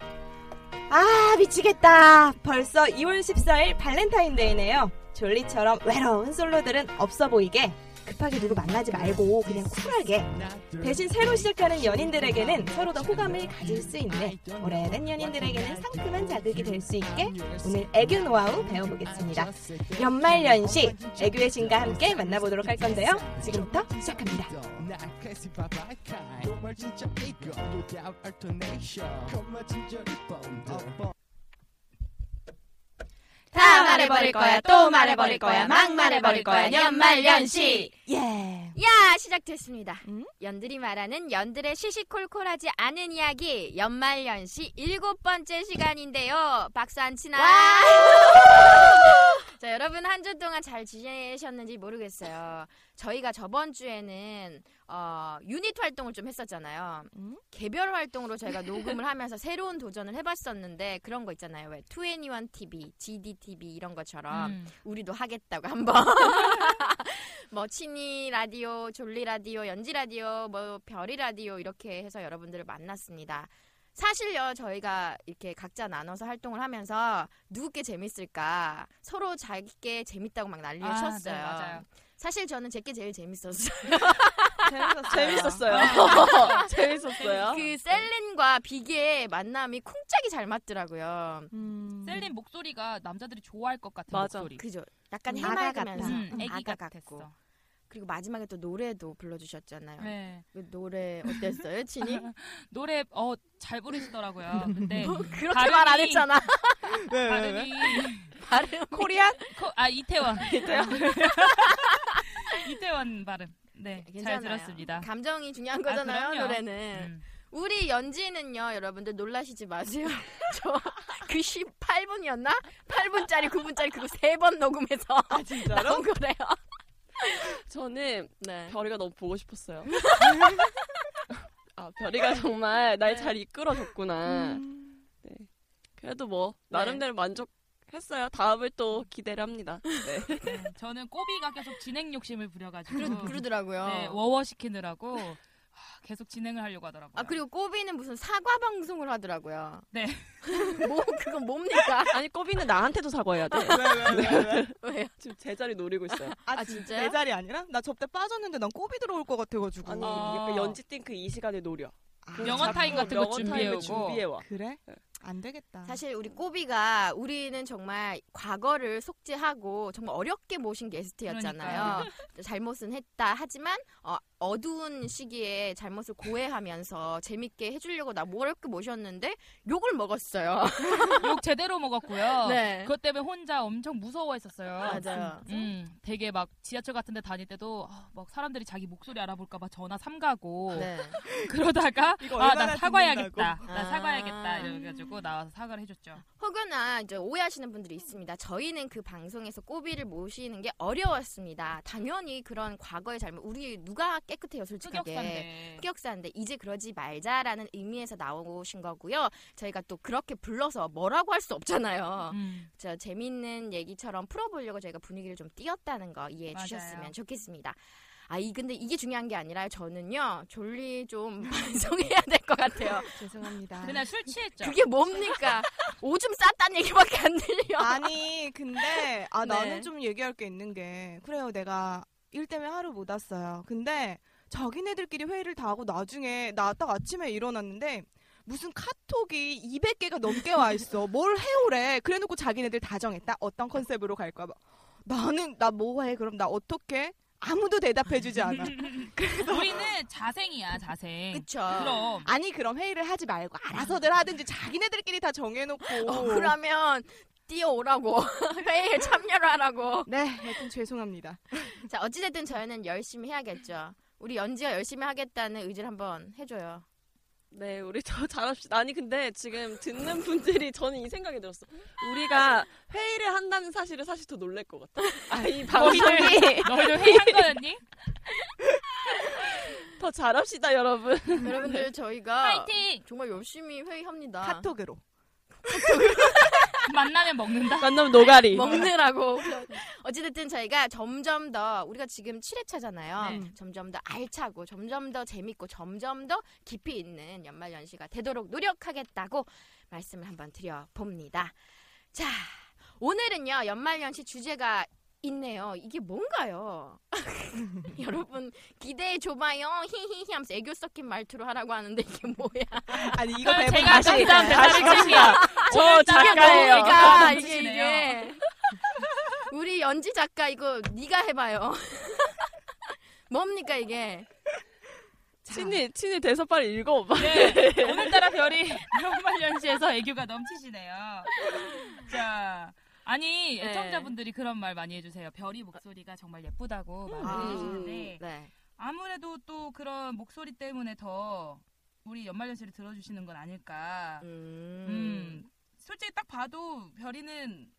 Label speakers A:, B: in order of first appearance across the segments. A: 아 미치겠다 벌써 2월 14일 발렌타인데이네요 졸리처럼 외로운 솔로들은 없어 보이게 급하게 누구 만나지 말고 그냥 쿨하게 대신 새로 시작하는 연인들에게는 서로 더 호감을 가질 수 있는 오래된 연인들에게는 상큼한 자극이 될 수 있게 오늘 애교 노하우 배워보겠습니다 연말연시 애교의 신과 함께 만나보도록 할 건데요 지금부터 시작합니다
B: 다 말해버릴 거야 또 말해버릴 거야 막 말해버릴 거야 연말연시
A: 예
C: 야 아, 시작됐습니다
A: 음?
C: 연들이 말하는 연들의 시시콜콜하지 않은 이야기 연말연시 일곱 번째 시간인데요 박수 안 치나 자 여러분 한 주 동안 잘 지내셨는지 모르겠어요 저희가 저번 주에는 어, 유닛 활동을 좀 했었잖아요
B: 음?
C: 개별 활동으로 저희가 녹음을 하면서 새로운 도전을 해봤었는데 그런 거 있잖아요 왜 2NE1TV, GDTV 이런 것처럼
B: 음.
C: 우리도 하겠다고 한번 뭐 친이 라디오, 졸리 라디오, 연지 라디오, 뭐 별이 라디오 이렇게 해서 여러분들을 만났습니다. 사실요 저희가 이렇게 각자 나눠서 활동을 하면서 누구께 재밌을까 서로 자기께 재밌다고 막 난리를
B: 아,
C: 쳤어요.
B: 네, 맞아요.
C: 사실 저는 제게 제일 재밌었어요.
A: 재밌었어요
D: 재밌었어요
C: 그 셀린과 비계의 만남이 쿵짝이 잘 맞더라고요.
B: 음. 셀린 목소리가 남자들이 좋아할 것 같은
D: 맞아.
B: 목소리.
C: 그죠? 약간
D: 음, 아가
C: 해맑으면서
D: 같아.
B: 음, 애기
C: 아가 같고
B: 같았어.
C: 그리고 마지막에 또 노래도 불러주셨잖아요.
B: 네.
C: 그 노래 어땠어요, 친이?
B: 노래 어 잘 부르시더라고요.
C: 네,
B: 근데
C: 그렇게
B: 발음이-
C: 말 안 했잖아.
B: 발음이
C: 발음
B: 코리안? 코, 아 이태원. 이태원. 이태원 발음. 네, 잘 들었습니다.
C: 감정이 중요한
B: 아,
C: 거잖아요,
B: 그럼요.
C: 노래는.
B: 음.
C: 우리 연지는요, 여러분들 놀라시지 마세요. 저 그 18분이었나? 8분짜리, 9분짜리 그거 세 번 녹음해서
A: 아 진짜로?
C: 나온 거래요.
D: 저는
B: 음.
C: 네.
D: 별이가 너무 보고 싶었어요 아 별이가 정말 날 잘 이끌어줬구나 네. 그래도 뭐 나름대로 만족했어요 다음을 또 기대를 합니다 네.
B: 네, 저는 꼬비가 계속 진행 욕심을 부려가지고
C: 그러, 그러더라고요.
B: 네, 워워 시키느라고 아, 계속 진행을 하려고 하더라고요.
C: 아 그리고 꼬비는 무슨 사과 방송을 하더라고요.
B: 네.
C: 뭐 그건 뭡니까?
D: 아니 꼬비는 나한테도 사과해야 돼
A: 왜왜왜왜
C: 왜요?
D: 지금 제자리 노리고 있어요
C: 아,
A: 내
C: 진짜요?
A: 자리 아니라 나 접대 빠졌는데 난 꼬비 들어올 것 같아가지고.
D: 아니
B: 어.
D: 약간 연지 띵크 그 이 시간에 노려
A: 아,
B: 영어
A: 자꾸
B: 타임 같은 거
D: 영어 타임을
B: 준비해오고.
D: 준비해와
A: 그래? 안 되겠다.
C: 사실 우리 꼬비가 우리는 정말 과거를 속죄하고 정말 어렵게 모신 게스트였잖아요. 잘못은 했다 하지만 어, 두운 시기에 잘못을 고해하면서 재밌게 해주려고 나뭐 어렵게 모셨는데 욕을 먹었어요.
B: 욕 제대로 먹었고요.
C: 네.
B: 그것 때문에 혼자 엄청 무서워했었어요.
C: 맞아요. 그,
B: 음, 되게 막 지하철 같은 데 다닐 때도 아, 막 사람들이 자기 목소리 알아볼까 봐 전화 삼가고
C: 네.
B: 그러다가 하다가
D: 이거
B: 아
D: 얼마나
B: 나 사과해야겠다.
D: 듣는다고.
B: 나
C: 아.
B: 사과해야겠다. 이래가지고 나와서 사과를 해줬죠.
C: 혹여나 아, 이제 오해하시는 분들이 있습니다. 저희는 그 방송에서 꼬비를 모시는 게 어려웠습니다. 당연히 그런 과거의 잘못 우리 누가 깨끗해요 솔직하게.
B: 흑역사인데.
C: 흑역사인데 이제 그러지 말자라는 의미에서 나오신 거고요. 저희가 또 그렇게 불러서 뭐라고 할 수 없잖아요.
B: 음.
C: 저 재밌는 얘기처럼 풀어보려고 저희가 분위기를 좀 띄었다는 거 이해해
B: 맞아요.
C: 주셨으면 좋겠습니다. 아, 이 근데 이게 중요한 게 아니라 저는요 졸리 좀 반성해야 될 것 같아요.
D: 죄송합니다.
B: 그날 술 취했죠.
C: 그게 뭡니까? 오줌 쌌다는 얘기밖에 안 들려.
D: 아니 근데 아
C: 네.
D: 나는 좀 얘기할 게 있는 게 그래요 내가 일 때문에 하루 못 왔어요. 근데 자기네들끼리 회의를 다 하고 나중에 나 딱 아침에 일어났는데 무슨 카톡이 200개가 넘게 와 있어. 뭘 해오래. 그래놓고 자기네들 다 정했다. 어떤 컨셉으로 갈 거야. 막. 나는 나 뭐해? 그럼 나 어떻게? 아무도 대답해주지 않아.
B: 우리는 자생이야 자생.
C: 그쵸.
B: 그럼
D: 아니 그럼 회의를 하지 말고 알아서들 하든지 자기네들끼리 다 정해놓고.
C: 어, 그러면 뛰어오라고 회의에 참여를 하라고.
D: 네, 하여튼 죄송합니다.
C: 자 어찌됐든 저희는 열심히 해야겠죠. 우리 연지가 열심히 하겠다는 의지를 한번 해줘요.
E: 네, 우리 더 잘합시다. 아니, 근데 지금 듣는 분들이 저는 이 생각이 들었어. 우리가 회의를 한다는 사실을 사실 더 놀랄 것 같아. 아, 이 방송이
B: 너희들 회의한 거였니?
C: 어.
E: 더 잘합시다, 여러분.
B: 네.
C: 여러분들 저희가
B: 파이팅!
C: 정말 열심히 회의합니다.
D: 아. 카톡으로.
B: 만나면 먹는다.
E: 만나면 노가리.
C: 먹느라고. 어찌됐든 저희가 점점 더 우리가 지금 7회차잖아요.
B: 네.
C: 점점 더 알차고 점점 더 재밌고 점점 더 깊이 있는 연말 연시가 되도록 노력하겠다고 말씀을 한번 드려봅니다. 자, 오늘은요. 연말 연시 주제가 있네요. 이게 뭔가요? 여러분 기대해 줘봐요. 히히히 하면서 애교 섞인 말투로 하라고 하는데 이게 뭐야?
D: 아니 이거
B: 그럼
D: 배분
B: 제가
D: 안
B: 다시
D: 하니까요.
B: 다시 갑시다.
E: 저 작가예요.
C: 그러니까 이게
B: 아, 넘치시네요.
C: 이게 우리 연지 작가 이거 네가 해봐요. 뭡니까 이게?
E: 친히, 친히 대사 빨리 읽어봐.
B: 네, 오늘따라 별이 연말 연시에서 애교가 넘치시네요. 자, 아니
C: 네.
B: 애청자분들이 그런 말 많이 해주세요. 별이 목소리가 정말 예쁘다고
C: 아,
B: 많이 해주시는데
C: 네.
B: 아무래도 또 그런 목소리 때문에 더 우리 연말 연시를 들어주시는 건 아닐까.
C: 음.
B: 음, 솔직히 딱 봐도 별이는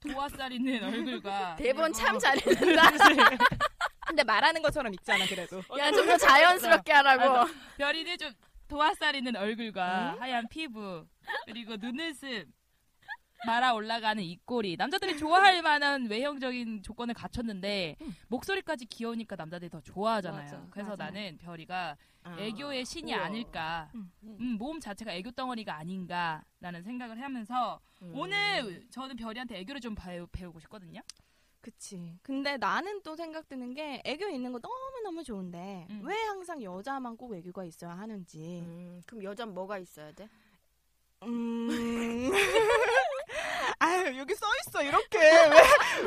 B: 도화살 있는 얼굴과
C: 대본
B: 그리고
C: 참 잘했는다.
D: 근데 말하는 것처럼 있잖아 그래도.
C: 야 좀 더 자연스럽게
B: 아,
C: 하라고.
B: 별이는 좀 도화살 있는 얼굴과 하얀 피부 그리고 눈웃음 말아 올라가는 입꼬리 남자들이 좋아할 만한 외형적인 조건을 갖췄는데 목소리까지 귀여우니까 남자들이 더 좋아하잖아요.
E: 맞아,
B: 그래서
C: 맞아.
B: 나는 별이가
C: 아.
B: 애교의 신이
E: 우와.
B: 아닐까.
D: 음.
B: 음, 몸 자체가 애교 덩어리가 아닌가라는 생각을 하면서
C: 음.
B: 네. 오늘 저는 별이한테 애교를 좀 배우, 배우고 싶거든요.
D: 그치. 근데 나는 또 생각드는 게 애교 있는 거 너무 너무 좋은데
B: 음.
D: 왜 항상 여자만 꼭 애교가 있어야 하는지.
C: 음, 그럼 여자 뭐가 있어야 돼?
D: 음. 아유 여기 써 있어 이렇게 왜 아,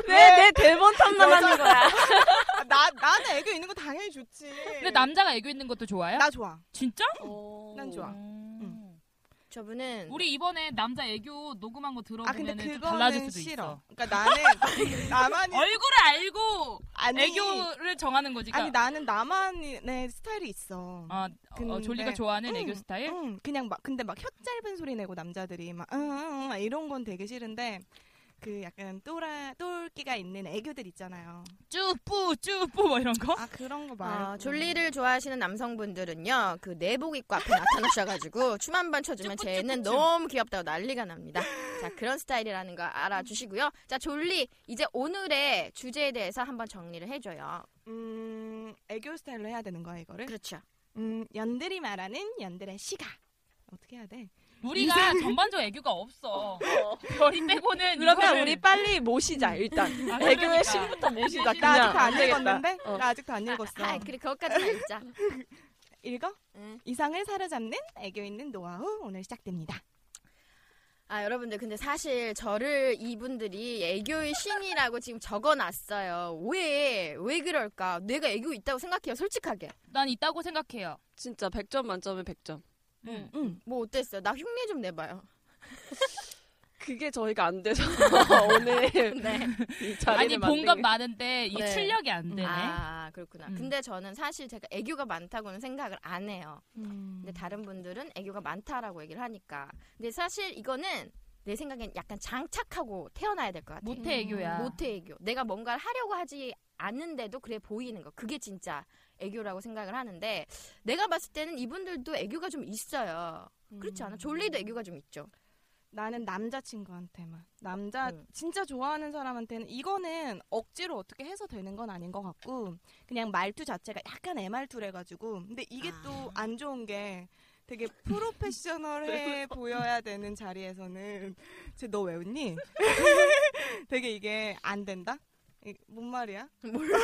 E: 왜 네, 내 대본 탐나는 거야?
D: 나 나는 애교 있는 거 당연히 좋지.
B: 근데 남자가 어, 애교 있는 것도 좋아요?
D: 나 좋아.
B: 진짜? 음.
D: 난 좋아. 응.
E: 네.
C: 저분은
B: 우리 이번에 남자 애교 녹음한 거
D: 아
B: 들어보면
D: 근데
B: 은 달라질
D: 그거는
B: 수도
D: 싫어.
B: 있어.
D: 그러니까 나는 나만이
B: 얼굴을 알고
D: 아니,
B: 애교를 정하는 거지.
D: 아니
B: 그러니까
D: 나는 나만의 내 스타일이 있어.
B: 아, 어,
D: 근데-
B: 졸리가 좋아하는 애교
E: 음.
D: 응,
B: 스타일?
D: 응, 그냥 막 근데 막 혀 짧은 소리 내고 남자들이 막 응, 응, 응, 이런 건 되게 싫은데 그 약간 또라 똘끼가 있는 애교들 있잖아요.
B: 쭈뿌 쭈뿌 뭐 이런 거?
D: 아 그런 거 말고
C: 어, 졸리를 좋아하시는 남성분들은요 그 내복 입고 앞에 나타나셔가지고 춤 한 번 춰주면 쟤는 너무 귀엽다고 난리가 납니다. 자 그런 스타일이라는 거 알아주시고요. 자 졸리 이제 오늘의 주제에 대해서 한번 정리를 해줘요.
D: 음 애교 스타일로 해야 되는 거야 이거를.
C: 그렇죠.
D: 음 연들이 말하는 연들의 시가 어떻게 해야 돼?
B: 우리가 전반적으로 애교가 없어. 별이 빼고는
E: 그러면
B: 이거를-
E: 우리 빨리 모시자, 일단.
B: 아,
E: 애교의
B: 그러니까.
E: 신부터 모시자,
D: 나
E: 그냥.
D: 아직도 안
E: 되겠다.
D: 읽었는데?
E: 어.
D: 나 아직도 안 읽었어.
C: 아, 그래 그것까지만 읽자.
D: 읽어?
C: 응.
D: 이상을 사로잡는 애교 있는 노하우 오늘 시작됩니다.
C: 아 여러분들 근데 사실 저를 이분들이 애교의 신이라고 지금 적어놨어요. 왜? 왜 그럴까? 내가 애교 있다고 생각해요. 솔직하게.
B: 난 있다고 생각해요. 음.
E: 진짜 100점 만점에 100점.
B: 응.
C: 뭐 어땠어요? 나 흉내 좀 내봐요.
E: 그게 저희가 안 돼서 오늘
C: 네.
E: 이
B: 아니
E: 자리를
B: 본
E: 만든
B: 건 많은데 이
C: 네.
B: 출력이 안 되네.
C: 아 그렇구나.
B: 음.
C: 근데 저는 사실 제가 애교가 많다고는 생각을 안 해요.
B: 음.
C: 근데 다른 분들은 애교가 많다라고 얘기를 하니까. 근데 사실 이거는 내 생각엔 약간 장착하고 태어나야 될 것 같아요. 음.
B: 모태
E: 음.
B: 애교야.
C: 모태 애교. 내가 뭔가를 하려고 하지 않는데도 그래 보이는 거. 그게 진짜 애교라고 생각을 하는데 내가 봤을 때는 이분들도 애교가 좀 있어요. 그렇지
B: 음.
C: 않아? 졸리도 애교가 좀 있죠.
D: 나는 남자친구한테만 남자
E: 네.
C: 음.
D: 진짜 좋아하는 사람한테는 이거는 억지로 어떻게 해서 되는 건 아닌 것 같고 그냥 말투 자체가 약간 애말투래가지고 근데 이게
C: 아.
D: 또 안 좋은 게 되게 프로페셔널해 보여야 되는 자리에서는 쟤 너 왜 웃니? 되게 이게 안 된다? 이- 뭔 말이야?
C: 몰라.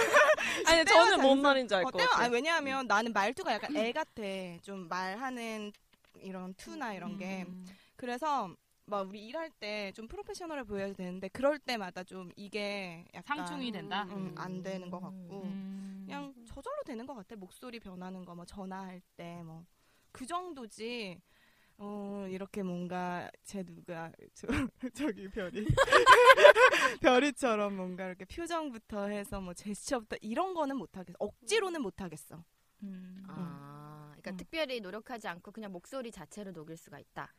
E: 아니
D: 때와
E: 저는 뭔
D: 장소-
E: 말인지 알 것
D: 때와- 아니,
E: 같아요. 음.
D: 왜냐하면 나는 말투가 약간 애 같아 좀 말하는 이런 투나 이런
E: 음,
D: 게 그래서 막 우리 일할 때 좀 프로페셔널해 보여야 되는데 그럴 때마다 좀 이게 약간
B: 상충이 된다.
D: 음, 안 되는 것 같고
B: 음.
D: 그냥 저절로 되는 것 같아 목소리 변하는 거 뭐 전화할 때 뭐 그 정도지 어 이렇게 뭔가 제 누가 저, 저기 별이 별이처럼 뭔가 이렇게 표정부터 해서 뭐 제스처부터 이런 거는 못 하겠어 억지로는 못 하겠어
B: 음.
C: 아, 그러니까
D: 음.
C: 특별히 노력하지 않고 그냥 목소리 자체로 녹일 수가 있다.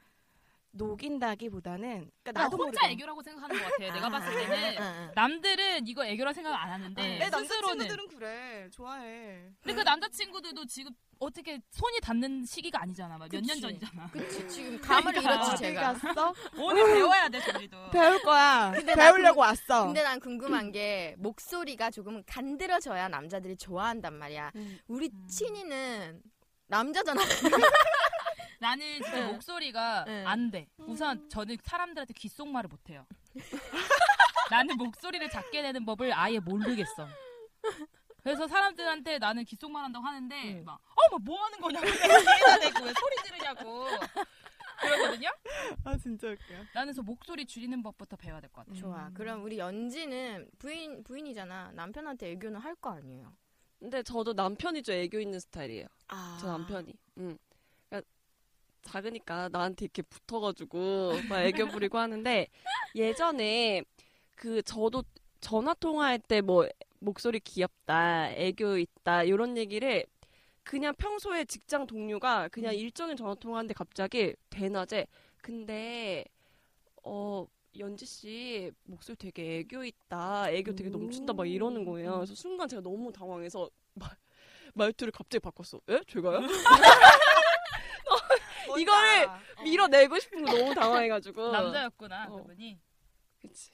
D: 녹인다기보다는 그러니까
B: 나
D: 나도
B: 아, 혼자
D: 모르게
B: 애교라고 생각하는 것 같아. 내가
C: 아,
B: 봤을
C: 응,
B: 때는
C: 응, 응.
B: 남들은 이거 애교라 생각 안 하는데
D: 아, 네. 내
B: 네, 스스로는.
D: 남자친구들은 그래 좋아해
B: 근데 그 남자친구들도 지금 어떻게 손이 닿는 시기가 아니잖아. 몇 년
C: 그치.
B: 전이잖아.
C: 그치 지금 감을 잃었지
D: 어디
C: 제가.
D: 갔어?
B: 오늘 배워야 돼, 저희도.
D: 배울 거야.
C: 근데 나그
D: 배우려고 왔어.
C: 근데 난 궁금한 게 목소리가 조금 간드러져야 남자들이 좋아한단 말이야.
E: 음.
C: 우리 친이는 남자잖아.
B: 나는 진짜 목소리가
C: 네.
B: 안 돼. 우선 저는 사람들한테 귓속말을 못 해요. 나는 목소리를 작게 내는 법을 아예 모르겠어. 그래서 사람들한테 나는 귓속말 한다고 하는데 막 어, 막뭐 하는 거냐고 얘기해야 되고 왜 소리 지르냐고 그러거든요.
D: 아 진짜 웃겨.
B: 나는 그래서 목소리 줄이는 법부터 배워야 될 것 같아.
C: 좋아. 그럼 우리 연지는 부인 부인이잖아. 남편한테 애교는 할 거 아니에요.
E: 근데 저도 남편이 좀 애교 있는 스타일이에요.
C: 아.
E: 저 남편이. 음. 그러니까 작으니까 나한테 이렇게 붙어가지고 막 애교 부리고 하는데 예전에 그 저도 전화 통화할 때 뭐 목소리 귀엽다, 애교 있다 이런 얘기를 그냥 평소에 직장 동료가
B: 음.
E: 그냥 일적인 전화 통화하는데 갑자기 대낮에 근데 어 연지 씨 목소리 되게 애교 있다, 애교 되게 넘친다 막 이러는 거예요. 그래서 순간 제가 너무 당황해서 말, 말투를 갑자기 바꿨어. 에? 제가요?
B: 음.
E: 어, 이거를 밀어내고 싶은 거 너무 당황해가지고.
B: 남자였구나
E: 어.
B: 그분이.
E: 그치.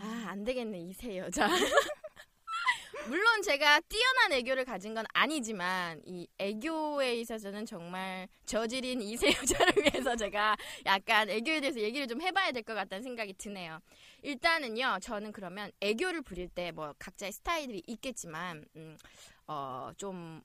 C: 아, 안 되겠네. 이세 여자. 물론 제가 뛰어난 애교를 가진 건 아니지만 이 애교에 있어서는 정말 저질인 이세 여자를 위해서 제가 약간 애교에 대해서 얘기를 좀 해봐야 될 것 같다는 생각이 드네요. 일단은요, 저는 그러면 애교를 부릴 때 뭐 각자의 스타일이 있겠지만 음, 어, 좀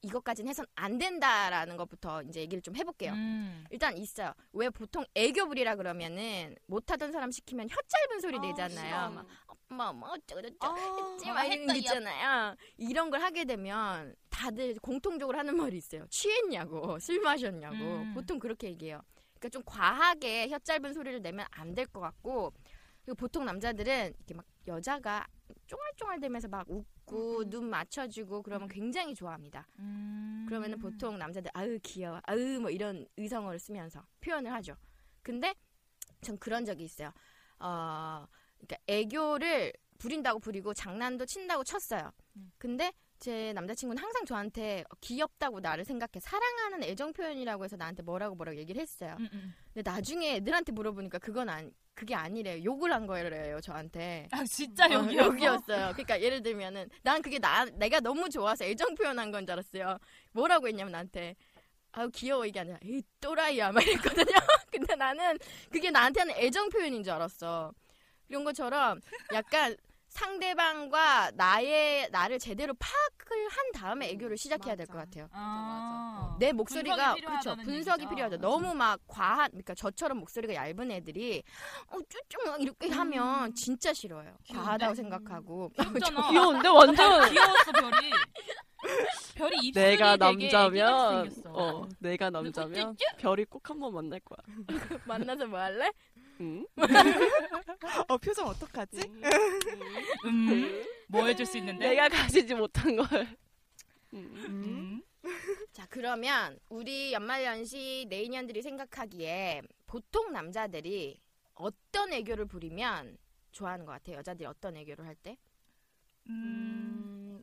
C: 이것까지는 해선 안 된다라는 것부터 이제 얘기를 좀 해볼게요.
B: 음.
C: 일단 있어요. 왜 보통 애교 부리라 그러면은 못하던 사람 시키면 혀 짧은 소리 내잖아요. 막 엄마 뭐 어쩌고 저쩌고 아, 뭐 했지 막 이런 거 있잖아요. 이런 걸 하게 되면 다들 공통적으로 하는 말이 있어요. 취했냐고 술 마셨냐고
B: 음.
C: 보통 그렇게 얘기해요. 그러니까 좀 과하게 혀 짧은 소리를 내면 안 될 것 같고 그리고 보통 남자들은 이렇게 막 여자가 쫑알쫑알대면서 막 웃고 눈 맞춰주고 그러면 굉장히 좋아합니다.
B: 음.
C: 그러면은 보통 남자들 아유 귀여워 아유 뭐 이런 의성어를 쓰면서 표현을 하죠. 근데 전 그런 적이 있어요. 어, 그러니까 애교를 부린다고 부리고 장난도 친다고 쳤어요.
B: 음.
C: 근데 제 남자친구는 항상 저한테 귀엽다고 나를 생각해 사랑하는 애정 표현이라고 해서 나한테 뭐라고 뭐라고 얘기를 했어요.
B: 음, 음.
C: 근데 나중에 애들한테 물어보니까 그건 안 그게 아니래요. 욕을 한 거래요 저한테.
B: 아 진짜
C: 어,
B: 여기였어.
C: 여기였어요. 그러니까 예를 들면은 난 그게 나 내가 너무 좋아서 애정 표현한 건 줄 알았어요. 뭐라고 했냐면 나한테 아우 귀여워 이게 아니라 이 또라이야 막 이랬거든요. 근데 나는 그게 나한테는 애정 표현인 줄 알았어. 이런 것처럼 약간 상대방과 나의 나를 제대로 파악을 한 다음에 애교를 시작해야 될 것
E: 맞아.
C: 같아요.
B: 아.
C: 내 목소리가
B: 분석이
C: 그렇죠
B: 필요하다는
C: 분석이
B: 얘기죠. 음. 아,
C: 필요하죠 너무 막 과한 그러니까 저처럼 목소리가 얇은 애들이 어 쭈쭈 막 이렇게
B: 음.
C: 하면 진짜 싫어요
B: 귀여운데? 음.
C: 과하다고 생각하고
B: 귀엽잖아.
E: 귀여운데 완전.
B: 귀여웠어 별이. 별이 입술이
E: 내가
B: 되게
E: 남자면,
B: 애기같이 생겼어.
E: 어, 내가 남자면 별이 꼭 한 번 만날 거야.
C: 만나서 뭐 할래?
E: 음?
D: 어, 표정 어떡하지?
E: 음? 음?
B: 음, 뭐 해줄 수 있는데?
E: 내가 가지지 못한 걸. 음.
B: 음.
C: 자, 그러면 우리 연말연시 내인년들이 생각하기에 보통 남자들이 어떤 애교를 부리면 좋아하는 것 같아요. 여자들이 어떤 애교를 할 때?
B: 음.
D: 음,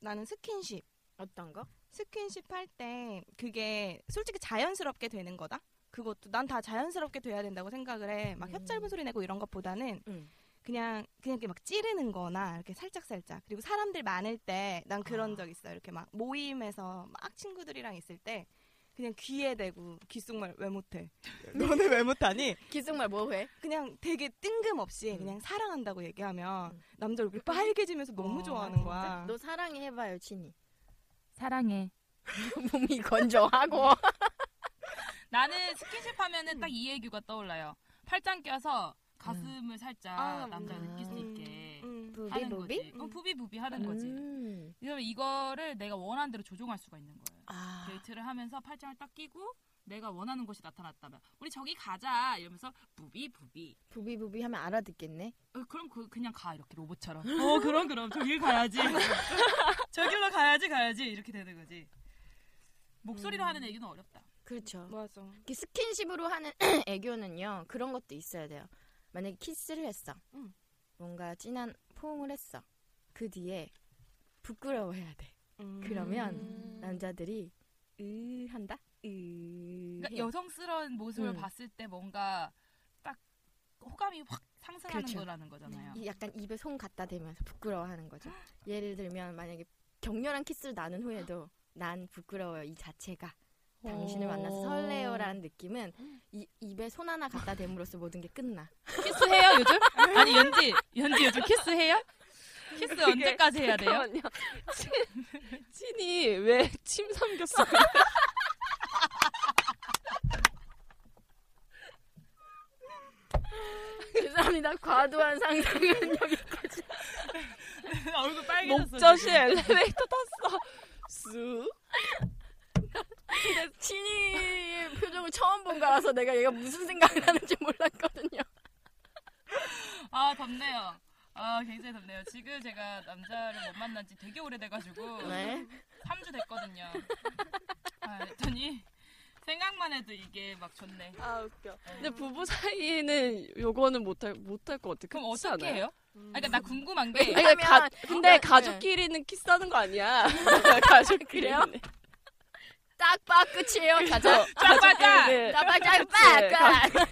D: 나는 스킨십.
C: 어떤 거?
D: 스킨십 할 때 그게 솔직히 자연스럽게 되는 거다. 그것도 난 다 자연스럽게 돼야 된다고 생각을 해. 막
C: 음.
D: 혀 짧은 소리 내고 이런 것보다는
C: 음.
D: 그냥 그냥 이렇게 막 찌르는 거나 이렇게 살짝 살짝. 그리고 사람들 많을 때 난 그런
C: 아.
D: 적 있어. 이렇게 막 모임에서 막 친구들이랑 있을 때 그냥 귀에 대고 귓속말 왜 못해? 너는 왜 못하니?
C: 기승말 뭐 해?
D: 그냥 되게 뜬금없이 그냥 사랑한다고 얘기하면
C: 음.
D: 남자 얼굴 빨개지면서 너무
B: 어,
D: 좋아하는 거야.
C: 너 사랑해 해봐 여친이.
B: 사랑해.
C: 몸이 건조하고.
B: 나는 스킨십 하면은 딱 이 애교가 떠올라요. 팔짱 껴서 가슴을 살짝
D: 아,
B: 남자가
C: 음.
B: 느낄 수
D: 음,
B: 있게
D: 음.
B: 하는
C: 부비부비?
B: 거지. 어, 부비부비 하는 거지.
C: 음.
B: 그러면 이거를 내가 원하는 대로 조종할 수가 있는 거예요.
C: 아.
B: 데이트를 하면서 팔짱을 딱 끼고 내가 원하는 곳이 나타났다면 우리 저기 가자 이러면서 부비부비.
C: 부비부비 하면 알아듣겠네.
B: 어, 그럼 그, 그냥 가 이렇게 로봇처럼. 어 그럼 그럼 저길 가야지. 저길로 가야지 가야지 이렇게 되는 거지. 목소리로
C: 음.
B: 하는 얘기는 어렵다.
C: 그렇죠.
D: 맞아.
C: 이렇게 스킨십으로 하는 애교는요 그런 것도 있어야 돼요. 만약에 키스를 했어,
D: 음.
C: 뭔가 진한 포옹을 했어, 그 뒤에 부끄러워해야 돼.
D: 음.
C: 그러면 남자들이 으 한다. 으.
B: 그러니까
C: 해요.
B: 여성스러운 모습을
C: 음.
B: 봤을 때 뭔가 딱 호감이 확 상승하는
C: 그렇죠.
B: 거라는 거잖아요.
C: 이 약간 입에 손 갖다 대면서 부끄러워하는 거죠. 예를 들면 만약에 격렬한 키스를 나눈 후에도 난 부끄러워요 이 자체가. 당신을 만나서 설레요라는 느낌은 이, 입에 손 하나 갖다 댐으로써 모든 게 끝나.
B: 키스해요 요즘? 아니 연지 연지 요즘 키스해요? 키스 언제까지 해야 돼요?
E: 잠깐만요. 친- 친이 왜 침 삼겼어?
C: 죄송합니다. 과도한 상상은 여기까지.
B: 얼굴 빨개졌어.
E: 목젖이 엘리베이터 탔어. 쑥.
C: 근데 진이의 표정을 처음 본 거라서 내가 얘가 무슨 생각을 하는지 몰랐거든요.
B: 아 덥네요. 아 굉장히 덥네요. 지금 제가 남자를 못 만난 지 되게 오래돼가지고
C: 네.
B: 3주 됐거든요. 아, 했더니 생각만 해도 이게 막 좋네.
E: 아 웃겨. 근데 부부 사이에는 요거는 못할 못할 것 같아.
B: 그럼
E: 그렇지
B: 어떻게
E: 않아요? 음.
B: 해요? 아, 그러니까 나 궁금한 게
E: 아니, 그러니까 가-
C: 왜냐면-
E: 근데
C: 네.
E: 가족끼리는 키스하는 거 아니야. 가족끼리는.
C: 딱빠 끝이에요. 자자.
B: 짜빠가
E: 네.
C: 딱빠
E: 그치.
C: 딱빠 끝.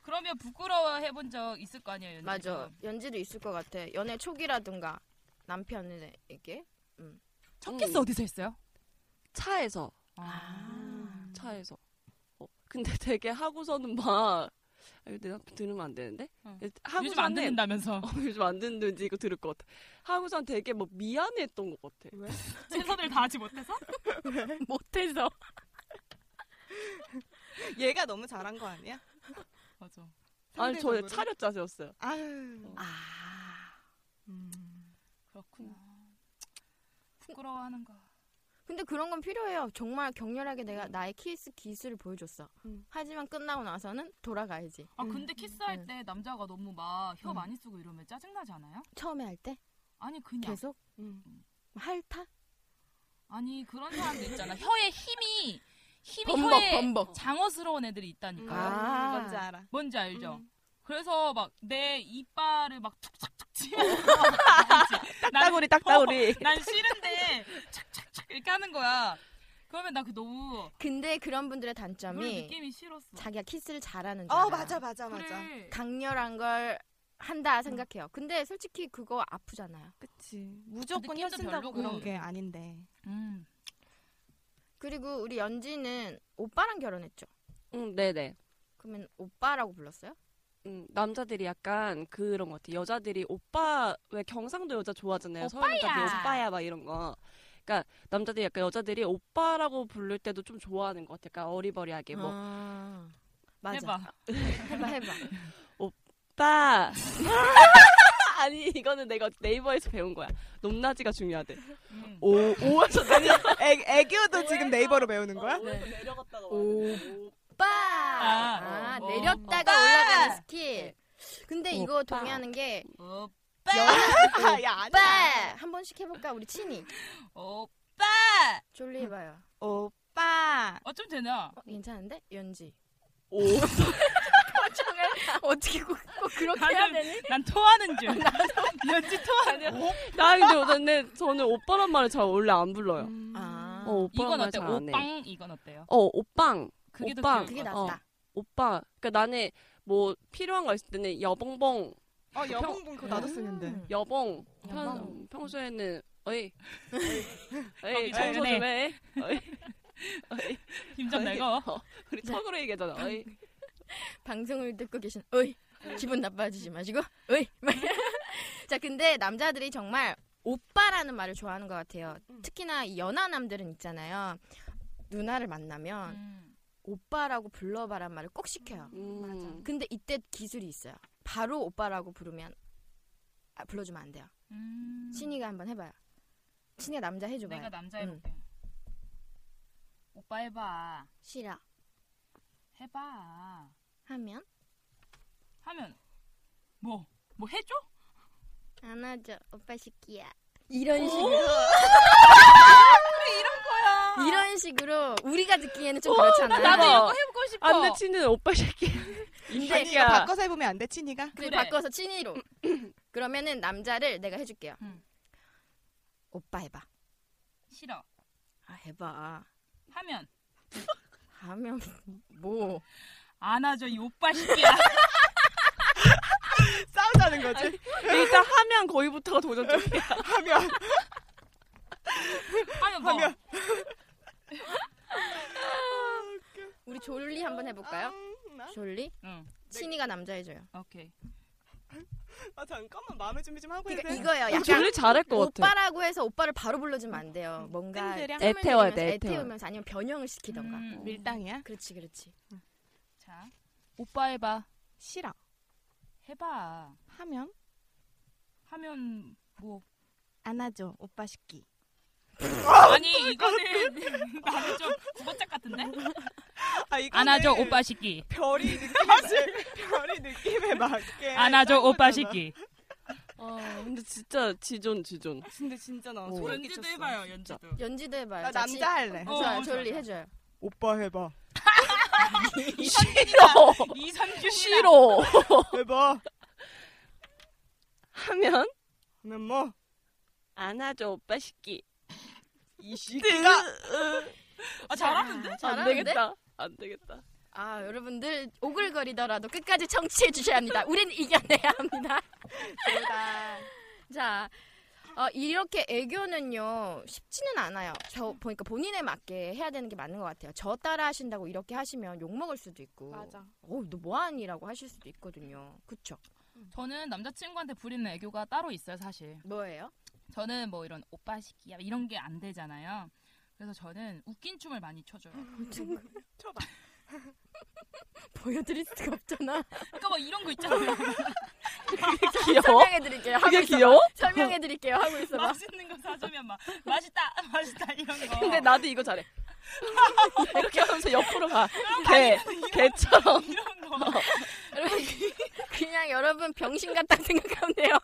B: 그러면 부끄러워 해본 적 있을 거 아니에요. 연지
C: 맞아. 연지도 있을 것 같아. 연애 초기라든가 남편에게.
B: 첫
E: 음.
B: 키스 어디서 했어요?
E: 차에서
B: 아.
E: 차에서. 어, 근데 되게 하고서는 막 아, 이거 내가 들으면 안 되는데.
B: 어. 요즘 안
E: 하고서는
B: 듣는다면서
E: 어, 요즘 안 듣는지 이거 들을 것 같아. 하고선 되게 뭐 미안했던 것 같아.
B: 최선을 다하지 못해서?
C: 못해서.
D: 얘가 너무 잘한 거 아니야?
B: 맞아.
E: 아니 저
D: 상대적으로?
E: 차렷 자세였어요.
D: 아유.
C: 아.
D: 음.
B: 그렇구나. 아, 부끄러워하는 거.
C: 근데 그런 건 필요해요. 정말 격렬하게 내가 나의 키스 기술을 보여줬어.
D: 음.
C: 하지만 끝나고 나서는 돌아가야지.
B: 아
D: 음.
B: 근데 키스할
C: 음.
B: 때 남자가 너무 막 혀
C: 음.
B: 많이 쓰고 이러면 짜증 나지 않아요?
C: 처음에 할 때
B: 아니 그냥
C: 계속
D: 음.
C: 핥아?
B: 아니 그런 사람도 있잖아. 혀에 힘이 힘이
C: 범벅,
B: 혀에
C: 범벅.
B: 장어스러운 애들이
D: 음,
B: 있다니까.
C: 아.
D: 뭔지 알아.
B: 뭔지 알죠?
D: 음.
B: 그래서 막 내 이빨을 막 툭툭툭 치면서
E: 어. 딱따구리 딱따구리.
B: 난 싫은데 착착착 이렇게 하는 거야. 그러면 나 그 너무
C: 근데 그런 분들의
B: 그
C: 단점이
B: 느낌이 싫었어.
C: 자기가 키스를 잘하는 줄
D: 어,
C: 알아. 음.
D: 맞아, 맞아, 맞아.
B: 그래.
C: 강렬한 걸 한다 생각해요. 근데 솔직히 그거 아프잖아요.
D: 그치. 무조건
B: 느낌도
D: 혀 쓴다고
B: 별로고.
D: 그런 게 아닌데.
B: 음.
C: 그리고 우리 연지는 오빠랑 결혼했죠.
E: 응, 음, 네네.
C: 그러면 오빠라고 불렀어요?
E: 음, 남자들이 약간 그런 것 같아. 여자들이 오빠 왜 경상도 여자 좋아하잖아요.
B: 오빠야.
E: 서울까지 오빠야 막 이런 거. 그러니까 남자들이 약간 여자들이 오빠라고 부를 때도 좀 좋아하는 것 같아. 약간 어리버리하게 뭐
C: 아. 맞아.
B: 해봐.
C: 해봐 해봐.
E: 오빠. 아니 이거는 내가 네이버에서 배운 거야. 높낮이가 중요하대.
B: 음.
E: 오 오에서
D: 애, 교도 지금 네이버로 배우는 거야?
E: 내려갔다가
C: 오빠.
B: 아,
C: 아,
B: 어.
C: 내렸다가 올라가는 스킬. 근데 이거 동의하는 게
B: 어, 오빠
D: 야,
C: 오빠
B: 네!
C: 한 번씩 해볼까 우리 친이
B: 오빠
C: 졸리 해봐요.
D: 오빠.
B: 어쩜 되나?
C: 어, 괜찮은데 연지.
E: 오
C: 어떻게 꼭, 꼭 그렇게 해야
B: 방금
C: 되니?
B: 난 토하는
E: 어,
B: 줄. 연지 토하는.
E: 나 근데 근데 저는 오빠란 말을 잘 원래 안 불러요.
D: 음.
C: 아,
E: 어 오빠란
B: 이건
E: 말
B: 어때?
E: 잘 안 해.
B: 오빵 이건 어때요?
E: 어 오빵
B: 그게 더
E: 오빵.
C: 그게
B: 귀여울 것 같아.
E: 어.
C: 낫다.
E: 오빠. 그러니까 나는 뭐 필요한 거 있을 때는 여봉봉
D: 어, 여봉봉 그거 나도 쓰는데.
C: 음.
E: 여봉.
C: 여봉.
E: 평, 평소에는 어이
B: 거기
E: 어이 청소 좀 해. 어이
B: 힘좀 내고.
E: 어, 우리 턱으로 얘기하잖아. 어이
C: 방송을 듣고 계신 어이 기분 나빠지지 마시고 어이 자 근데 남자들이 정말 오빠라는 말을 좋아하는 것 같아요
B: 음.
C: 특히나 이 연하남들은 있잖아요 누나를 만나면
B: 음.
C: 오빠라고 불러봐란 말을 꼭 시켜요
E: 음.
C: 근데 이때 기술이 있어요 바로 오빠라고 부르면 아, 불러주면 안 돼요
B: 음.
C: 신이가 한번 해봐요 신이 남자 해줘봐요
B: 내가 남자 해볼게. 오빠 해봐.
C: 싫어
B: 해봐.
C: 하면
B: 하면 뭐? 뭐 해줘?
C: 안아줘 오빠 시키야 이런 식으로 이런 식으로 우리가 듣기에는 좀 그렇잖아요.
B: 나도
E: 해봐.
B: 이거 해보고 싶어.
E: 안돼 치는 오빠 새끼. 이
C: 근데
D: 친이가
E: 새끼야.
D: 바꿔서 해보면 안 돼, 친이가?
C: 그래,
B: 그래.
C: 바꿔서 친이로. 그러면은 남자를 내가 해줄게요.
B: 음.
C: 오빠 해봐.
B: 싫어.
C: 아 해봐.
B: 하면
C: 하면 뭐?
B: 안아줘 이 오빠 새끼야.
D: 싸우자는 거지.
E: 일단 하면 거기부터가 도전적이야.
D: 하면
B: 하면 뭐?
D: 하면.
C: 우리 졸리 한번 해볼까요? 졸리?
B: 응.
C: 친이가 남자 해줘요.
B: 오케이.
D: 아 잠깐만 마음의 준비 좀 하고 해야
C: 그러니까
D: 돼.
C: 이거예요. 약간
E: 졸리 잘할 것 같아.
C: 오빠라고 해서 오빠를 바로 불러주면 안 돼요. 뭔가
D: 뜸들여?
C: 뜸을
E: 애태워야
C: 들이면서
E: 돼, 애태워.
C: 애태우면서 아니면 변형을 시키던가.
B: 음.
D: 밀당이야?
C: 그렇지, 그렇지.
B: 자, 오빠 해봐.
D: 싫어.
B: 해봐.
D: 하면
B: 하면 뭐?
D: 안아줘 오빠 시키.
B: 아니 이거는 나는 좀 구박작 같은데?
D: 아, 이거는
B: 안아줘 오빠 새끼.
D: 별이 느낌에 별이 느낌에 맞게.
B: 안아줘
D: 짠
B: 오빠
D: 거잖아.
B: 새끼.
E: 어, 근데 진짜 지존 지존.
D: 아, 근데 진짜 나
E: 오.
D: 소름
B: 연지도
D: 끼쳤어.
B: 해봐요 연지도.
C: 연지도 해봐요.
D: 나
C: 자, 친-
D: 아, 남자 할래.
B: 어,
C: 자,
B: 어,
C: 졸리
B: 좋아.
C: 해줘요.
D: 오빠 해봐.
E: 싫어.
B: 이선균
E: 싫어.
D: 해봐.
E: 하면
D: 난 뭐?
E: 안아줘 오빠 새끼.
D: 이 시끼가
B: 아 잘하는데?
E: 안
C: 잘하는데?
E: 되겠다. 안 되겠다.
C: 아, 여러분들 오글거리더라도 끝까지 청취해 주셔야 합니다. 우린 이겨내야 합니다. 자, 어, 이렇게 애교는요 쉽지는 않아요. 저 보니까 그러니까 본인에 맞게 해야 되는 게 맞는 것 같아요. 저 따라 하신다고 이렇게 하시면 욕 먹을 수도 있고,
D: 맞아.
C: 어, 너 뭐하니라고 하실 수도 있거든요. 그쵸?
B: 저는 남자친구한테 부리는 애교가 따로 있어요 사실.
C: 뭐예요?
B: 저는 뭐 이런 오빠 시키야 이런 게 안 되잖아요. 그래서 저는 웃긴 춤을 많이 춰줘요.
D: 쳐봐.
C: 보여드릴 수가 없잖아.
B: 그러니까 막 이런 거 있잖아요.
E: 귀여워.
C: 설명해드릴게요. 하고
E: 그게
C: 있어봐.
E: 귀여워?
C: 설명해드릴게요. 하고 있어봐.
B: 맛있는 거 사주면 막 맛있다, 맛있다 이런 거.
E: 근데 나도 이거 잘해. 이렇게 하면서 옆으로 가. 개 개처럼.
B: 이런 거 이런
C: 여러분 그냥 여러분 병신 같다 생각하면 돼요.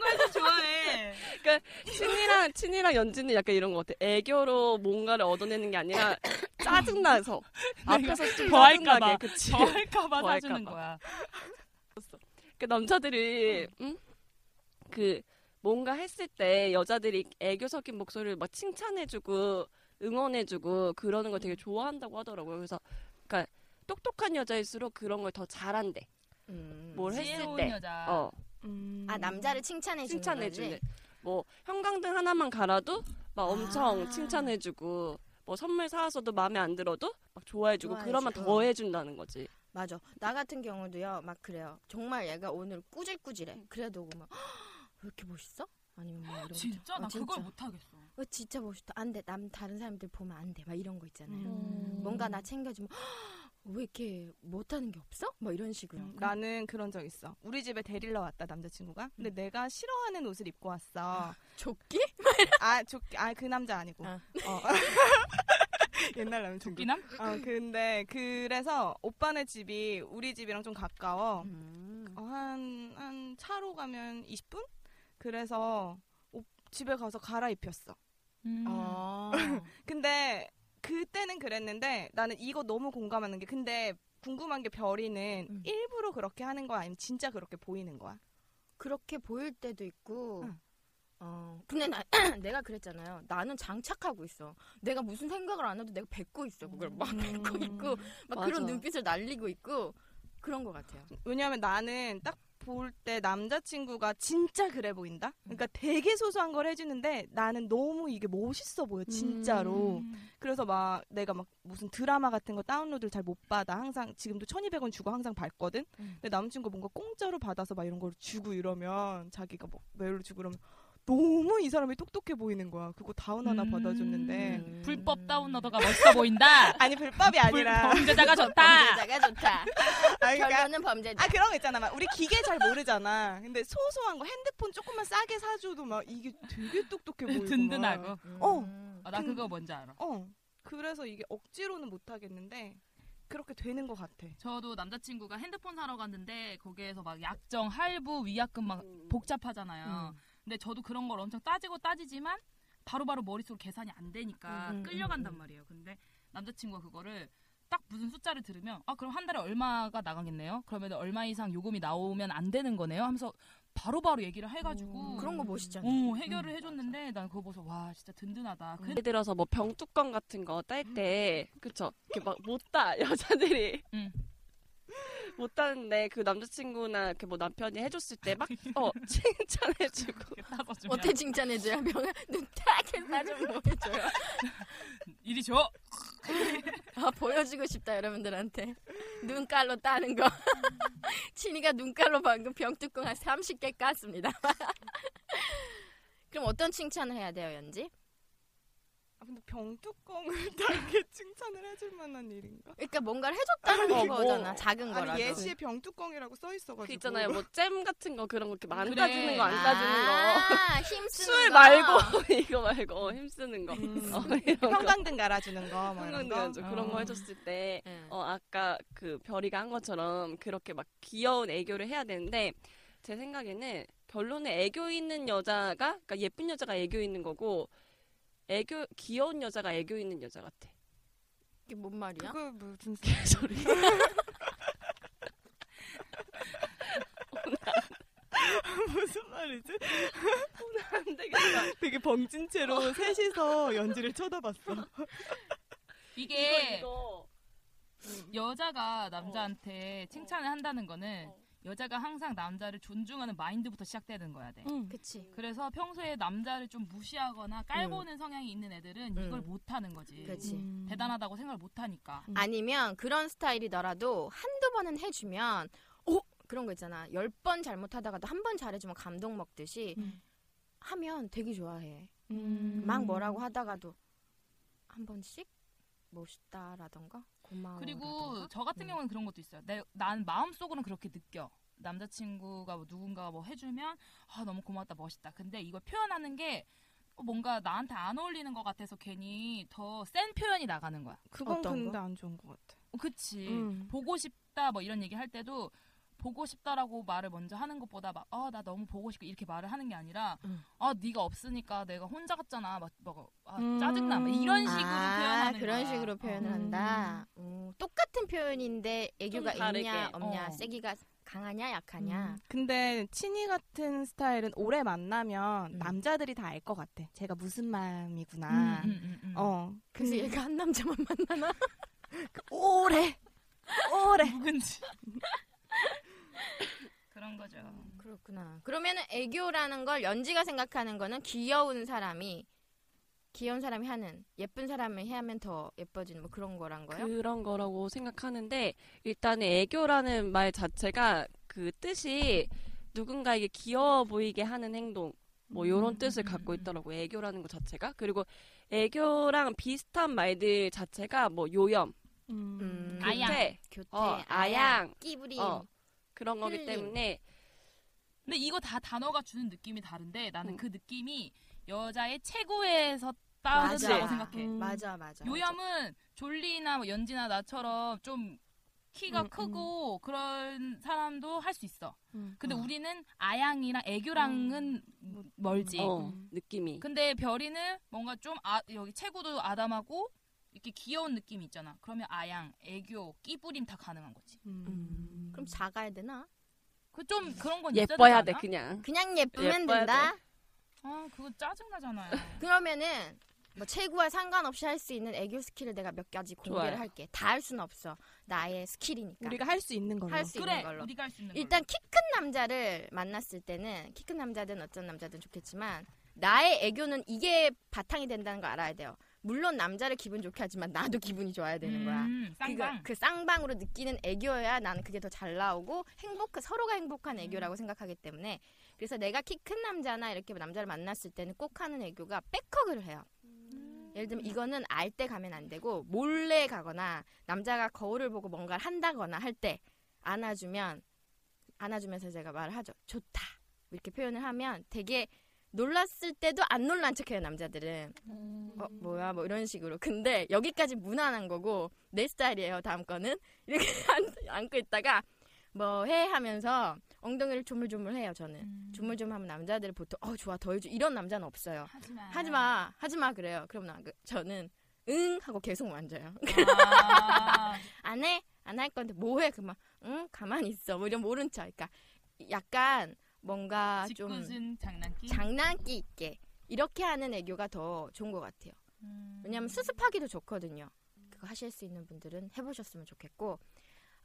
B: 거에서 좋아해.
E: 그러니까 친이랑 친이랑 연진이 약간 이런 것 같아. 애교로 뭔가를 얻어내는 게 아니라 짜증 나서 앞에서 좀
B: 더할까봐.
E: 짜증나게. 그치.
B: 더할까봐
E: 더할까봐.
B: 사주는 거야.
E: 그 남자들이 응? 그 뭔가 했을 때 여자들이 애교 섞인 목소리를 막 칭찬해주고 응원해주고 그러는 걸 되게 좋아한다고 하더라고요. 그래서 그러니까 똑똑한 여자일수록 그런 걸 더 잘한대.
C: 음.
E: 뭘 했을
B: 지혜로운
E: 때.
B: 여자.
E: 어,
B: 음.
C: 아 남자를 칭찬해 주는
E: 칭찬해주는.
C: 거지.
E: 뭐 형광등 하나만 갈아도 막 엄청
C: 아.
E: 칭찬해주고 뭐 선물 사와서도 마음에 안 들어도 막 좋아해주고 그러면
C: 좋아해주고. 어.
E: 더 해준다는 거지.
C: 맞아. 나 같은 경우도요. 막 그래요. 정말 얘가 오늘 꾸질꾸질해. 그래도 오고 막 왜 이렇게 멋있어? 아니면 뭐 이런 거 있잖아.
B: 진짜 나 뭐-
C: 어,
B: 그걸 못하겠어.
C: 어, 음,
D: 음.
C: 진짜 멋있다. 안 돼. 남 다른 사람들 보면 안 돼. 막 이런 거 있잖아요. 뭔가 나 챙겨주면 왜 이렇게 못하는 게 없어? 뭐 이런 식으로.
D: 나는 음, 그런 적 있어. 우리 집에 데리러 왔다 남자친구가. 근데 내가 싫어하는 옷을 입고 왔어.
C: 조끼?
D: 아, 좋게, 아, 그 남자 아니고.
C: 아.
D: 어. 옛날 남자친구.
B: 끼남?
D: 어, 근데 그래서 오빠네 집이 우리 집이랑 좀 가까워.
C: 음.
D: 어, 한, 한 차로 가면 20분? 그래서 옷- 집에 가서 갈아입혔어.
B: 음.
C: 어.
D: 음. 근데 그때는 그랬는데 나는 이거 너무 공감하는 게 근데 궁금한 게 별이는
C: 음.
D: 일부러 그렇게 하는 거야? 아니면 진짜 그렇게 보이는 거야?
C: 그렇게 보일 때도 있고.
D: 응.
C: 어. 근데 나, 내가 그랬잖아요. 나는 장착하고 있어. 내가 무슨 생각을 안 해도 내가 뱉고 있어. 그걸 막
D: 음.
C: 뱉고 있고 막
E: 맞아.
C: 그런 눈빛을 날리고 있고 그런 것 같아요.
D: 왜냐하면 나는 딱 볼 때 남자친구가 진짜 그래 보인다? 그러니까 되게 소소한 걸 해주는데 나는 너무 이게 멋있어 보여, 진짜로. 그래서 막 내가 막 무슨 드라마 같은 거 다운로드를 잘 못 받아. 항상 지금도 1200원 주고 항상 밟거든. 근데 남친과 뭔가 공짜로 받아서 막 이런 걸 주고 이러면 자기가 뭐 메일로 주고 그러면 너무 이 사람이 똑똑해 보이는 거야. 그거 다운 하나
B: 음.
D: 받아줬는데.
B: 음. 불법 다운로더가 멋있어 보인다.
D: 아니 불법이 아니라
B: 범죄자가 좋다.
C: 범죄자가 좋다.
D: 아, 그러니까
C: 결론은 범죄자.
D: 아 그런 거 있잖아 막 우리 기계 잘 모르잖아 근데 소소한 거 핸드폰 조금만 싸게 사줘도 막 이게 되게 똑똑해 보이고 막.
B: 든든하고.
D: 어.
C: 음.
B: 어, 나 그거 뭔지 알아.
D: 어 그래서 이게 억지로는 못 하겠는데 그렇게 되는 것 같아
B: 저도 남자친구가 핸드폰 사러 갔는데 거기에서 막 약정, 할부, 위약금 막
D: 음.
B: 복잡하잖아요. 근데 저도 그런 걸 엄청 따지고 따지지만 바로바로 머릿속으로 계산이 안 되니까
C: 음, 음,
B: 끌려간단
C: 음, 음.
B: 말이에요. 근데 남자친구가 그거를 딱 무슨 숫자를 들으면 아 그럼 한 달에 얼마가 나가겠네요. 그러면 얼마 이상 요금이 나오면 안 되는 거네요. 하면서 바로바로 얘기를 해가지고
C: 그런 거 음, 멋있잖아. 음.
B: 어, 해결을 해줬는데 난 그거 보고서 와 진짜 든든하다. 그- 음.
E: 예를 들어서 뭐 병뚜껑 같은 거 딸 때 그쵸 이렇게 막 못 따 여자들이
B: 응.
E: 못 따는데 그 남자친구나 이렇게 뭐 남편이 해줬을 때 막 어 칭찬해주고
B: 따서 주면
C: 어때 칭찬해줘요? 명아 눈딱 해서 나좀 보여줘요.
B: 이리 줘.
C: 아 보여주고 싶다 여러분들한테 눈깔로 따는 거. 친이가 눈깔로 방금 병뚜껑 한 30개 깠습니다. 그럼 어떤 칭찬을 해야 돼요, 연지?
D: 아, 근데 병뚜껑을 달게 칭찬을 해줄 만한 일인가?
C: 그러니까 뭔가를 해줬다는
E: 어, 뭐.
C: 거잖아. 작은 거라도.
D: 아니 예시에 병뚜껑이라고 써 있어가지고
E: 그 있잖아요 뭐 잼 같은 거 그런 거 이렇게 많이
B: 그래.
E: 따주는 거 안 따주는 거
C: 아, 힘쓰는
E: 술
C: 거.
E: 말고 이거 말고 어, 힘쓰는 거
D: 음.
E: 어, 이런 거.
D: 형광등 갈아주는 거 뭐 이런
E: 생각나죠.
D: 거
E: 그런
B: 어.
E: 거 해줬을 때,
C: 네.
E: 어, 아까 그 별이가 한 것처럼 그렇게 막 귀여운 애교를 해야 되는데, 제 생각에는 결론은 애교 있는 여자가, 그러니까 예쁜 여자가 애교 있는 거고, 애교, 귀여운 여자가 애교 있는 여자 같아.
C: 이게 뭔 말이야?
D: 그거 뭐 무슨 소-
E: 개소리.
D: 무슨 말이지?
E: 안 되겠다.
D: 되게 벙진 채로 셋이서 연지를 쳐다봤어
B: 이게 음,
E: 이거,
B: 여자가 남자한테 칭찬을 한다는 거는
E: 어.
B: 여자가 항상 남자를 존중하는 마인드부터 시작되는 거야 돼.
C: 그치.
B: 그래서 평소에 남자를 좀 무시하거나 깔고는 성향이 있는 애들은
C: 음.
B: 이걸 못 하는 거지. 음.
C: 그치. 음.
B: 대단하다고 생각을 못 하니까.
C: 아니면 그런 스타일이더라도 한두 번은 해주면 오 그런 거 있잖아 열 번 잘못하다가도 한 번 잘해주면 감동 먹듯이
D: 음.
C: 하면 되게 좋아해 막
B: 음.
C: 뭐라고 하다가도 한 번씩 멋있다라던가 고마워
B: 그리고 저
C: 음.
B: 같은 경우는 그런 것도 있어요. 내, 난 마음속으로는 그렇게 느껴. 남자친구가 뭐 누군가가 뭐 해주면 아 너무 고맙다 멋있다. 근데 이걸 표현하는 게 뭔가 나한테 안 어울리는 것 같아서 괜히 더 센 표현이 나가는 거야.
D: 그건
C: 어떤 거?
D: 근데 안 좋은 것 같아
B: 어, 그치.
D: 음.
B: 보고 싶다 뭐 이런 얘기 할 때도 보고 싶다라고 말을 먼저 하는 것보다 막 어 나 너무 보고 싶고 이렇게 말을 하는 게 아니라
C: 음.
B: 아 네가 없으니까 내가 혼자 갔잖아 막막 아,
D: 음.
B: 짜증나 막 이런 식으로
C: 아,
B: 표현하는
C: 그런
B: 거야. 어.
C: 식으로 표현을
D: 음.
C: 한다. 음, 똑같은 표현인데 애교가
E: 좀 다르게.
C: 있냐 없냐
B: 어.
C: 세기가 강하냐 약하냐.
D: 음. 근데 친이 같은 스타일은 오래 만나면
C: 음.
D: 남자들이 다 알 것 같아. 제가 무슨
B: 어.
D: 마음이구나.
C: 아.
B: 음, 음, 음, 음.
D: 어.
C: 그래서 얘가 한 남자만 만나나?
D: 오래. 오래.
B: 누군지 그런 거죠.
C: 음. 그렇구나. 그러면은 애교라는 걸 연지가 생각하는 거는 귀여운 사람이 귀여운 사람이 하는 예쁜 사람이 하면 더 예뻐지는 뭐 그런 거란 거예요?
E: 그런 거라고 생각하는데 일단은 애교라는 말 자체가 그 뜻이 누군가에게 귀여워 보이게 하는 행동 뭐 요런
B: 음,
E: 뜻을
B: 음,
E: 갖고
B: 음.
E: 있더라고 요 애교라는 것 자체가 그리고 애교랑 비슷한 말들 자체가 뭐 요염
C: 음,
B: 아양.
E: 교태,
C: 교태,
D: 네,
E: 어, 아양.
C: 끼부림.
E: 어, 그런 거기
C: 흘림.
E: 때문에
B: 근데 이거 다 단어가 주는 느낌이 다른데 나는
E: 음.
B: 그 느낌이 여자의 최고에서 따른다고
C: 맞아.
B: 생각해.
D: 음.
C: 맞아 맞아.
B: 요염은 졸리나 뭐 연지나 나처럼 좀 키가
D: 음,
B: 크고 그런 사람도 할 수 있어.
D: 음.
B: 근데 우리는 아양이랑 애교랑은
C: 음.
B: 멀지.
E: 어, 느낌이
B: 근데 별이는 뭔가 좀 아, 여기 체구도 아담하고 이렇게 귀여운 느낌이 있잖아. 그러면 아양, 애교, 끼부림 다 가능한 거지.
C: 음. 그럼 작아야 되나?
B: 그 좀 그런 건 있어야
E: 예뻐야
B: 되지
E: 돼
B: 않아?
E: 그냥.
C: 그냥 예쁘면
E: 예뻐야
C: 된다.
B: 아, 그거 짜증 나잖아요.
C: 그러면은 뭐 체구와 상관없이 할 수 있는 애교 스킬을 내가 몇 가지 공개를
E: 좋아요.
C: 할게. 다 할 수는 없어. 나의 스킬이니까.
D: 우리가 그러니까 할 수 있는 걸로.
E: 뭐.
C: 할 수
B: 그래,
C: 있는 걸로.
B: 우리가 할 수 있는
C: 일단 키 큰 남자를 만났을 때는 키 큰 남자든 어떤 남자든 좋겠지만 나의 애교는 이게 바탕이 된다는 걸 알아야 돼요. 물론 남자를 기분 좋게 하지만 나도 기분이 좋아야
B: 걸로.
C: 되는 거야.
B: 음, 쌍방.
C: 그거- 그 쌍방으로 느끼는 애교여야 나는 그게 더 잘 나오고 행복 그 서로가 행복한 애교라고
B: 음.
C: 생각하기 때문에 그래서 내가 키 큰 남자나 이렇게 남자를 만났을 때는 꼭 하는 애교가 백허그를 해요.
B: 음.
C: 예를 들면 이거는 알 때 가면 안 되고 몰래 가거나 남자가 거울을 보고 뭔가를 한다거나 할 때 안아주면 안아주면서 제가 말을 하죠. 좋다 이렇게 표현을 하면 되게 놀랐을 때도 안 놀란 척해요 남자들은. 어 뭐야 뭐 이런 식으로. 근데 여기까지 무난한 거고 내 스타일이에요 다음 거는 이렇게 안- 안고 있다가 뭐 해 하면서 엉덩이를 조물조물해요 저는.
B: 음.
C: 조물조물하면 남자들은 보통 어 좋아 더 해줘 이런 남자는 없어요.
B: 하지마.
C: 하지 마, 하지 마 그래요. 그럼 나 그- 저는 응 하고 계속 만져요.
B: 아,
C: 안 해, 안 할 건데 뭐해 그만. 응, 가만히 있어. 뭐 이런 모른 척. 그러니까 약간 뭔가 아, 좀
B: 짓궂은 장난기.
C: 장난기 있게 이렇게 하는 애교가 더 좋은 것 같아요.
B: 음.
C: 왜냐하면 수습하기도 좋거든요. 그거 하실 수 있는 분들은 해보셨으면 좋겠고.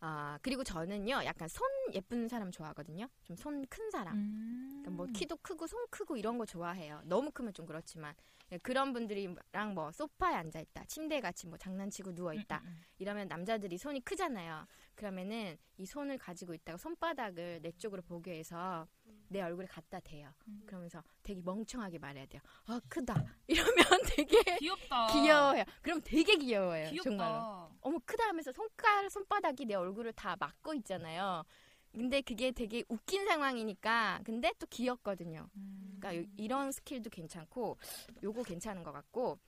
C: 아 그리고 저는요 약간 손 예쁜 사람 좋아하거든요. 좀 손 큰 사람.
B: 음.
C: 그러니까 뭐 키도 크고 손 크고 이런 거 좋아해요. 너무 크면 좀 그렇지만 예, 그런 분들이랑 뭐 소파에 앉아 있다, 침대 같이 뭐 장난치고 누워 있다
B: 음, 음,
C: 이러면 남자들이 손이 크잖아요. 그러면은 이 손을 가지고 있다가 손바닥을 내 쪽으로 보게 해서 내 얼굴에 갖다 대요.
B: 음.
C: 그러면서 되게 멍청하게 말해야 돼요. 아 크다 이러면 되게
B: 음. 귀엽다.
C: 귀여워요. 그럼 되게 귀여워요.
B: 귀엽다.
C: 정말로. 어머 크다 하면서 손가락 손바닥이 내 얼굴을 다 막고 있잖아요. 근데 그게 되게 웃긴 상황이니까 근데 또 귀엽거든요.
B: 음.
C: 그러니까 요- 이런 스킬도 괜찮고 요거 괜찮은 것 같고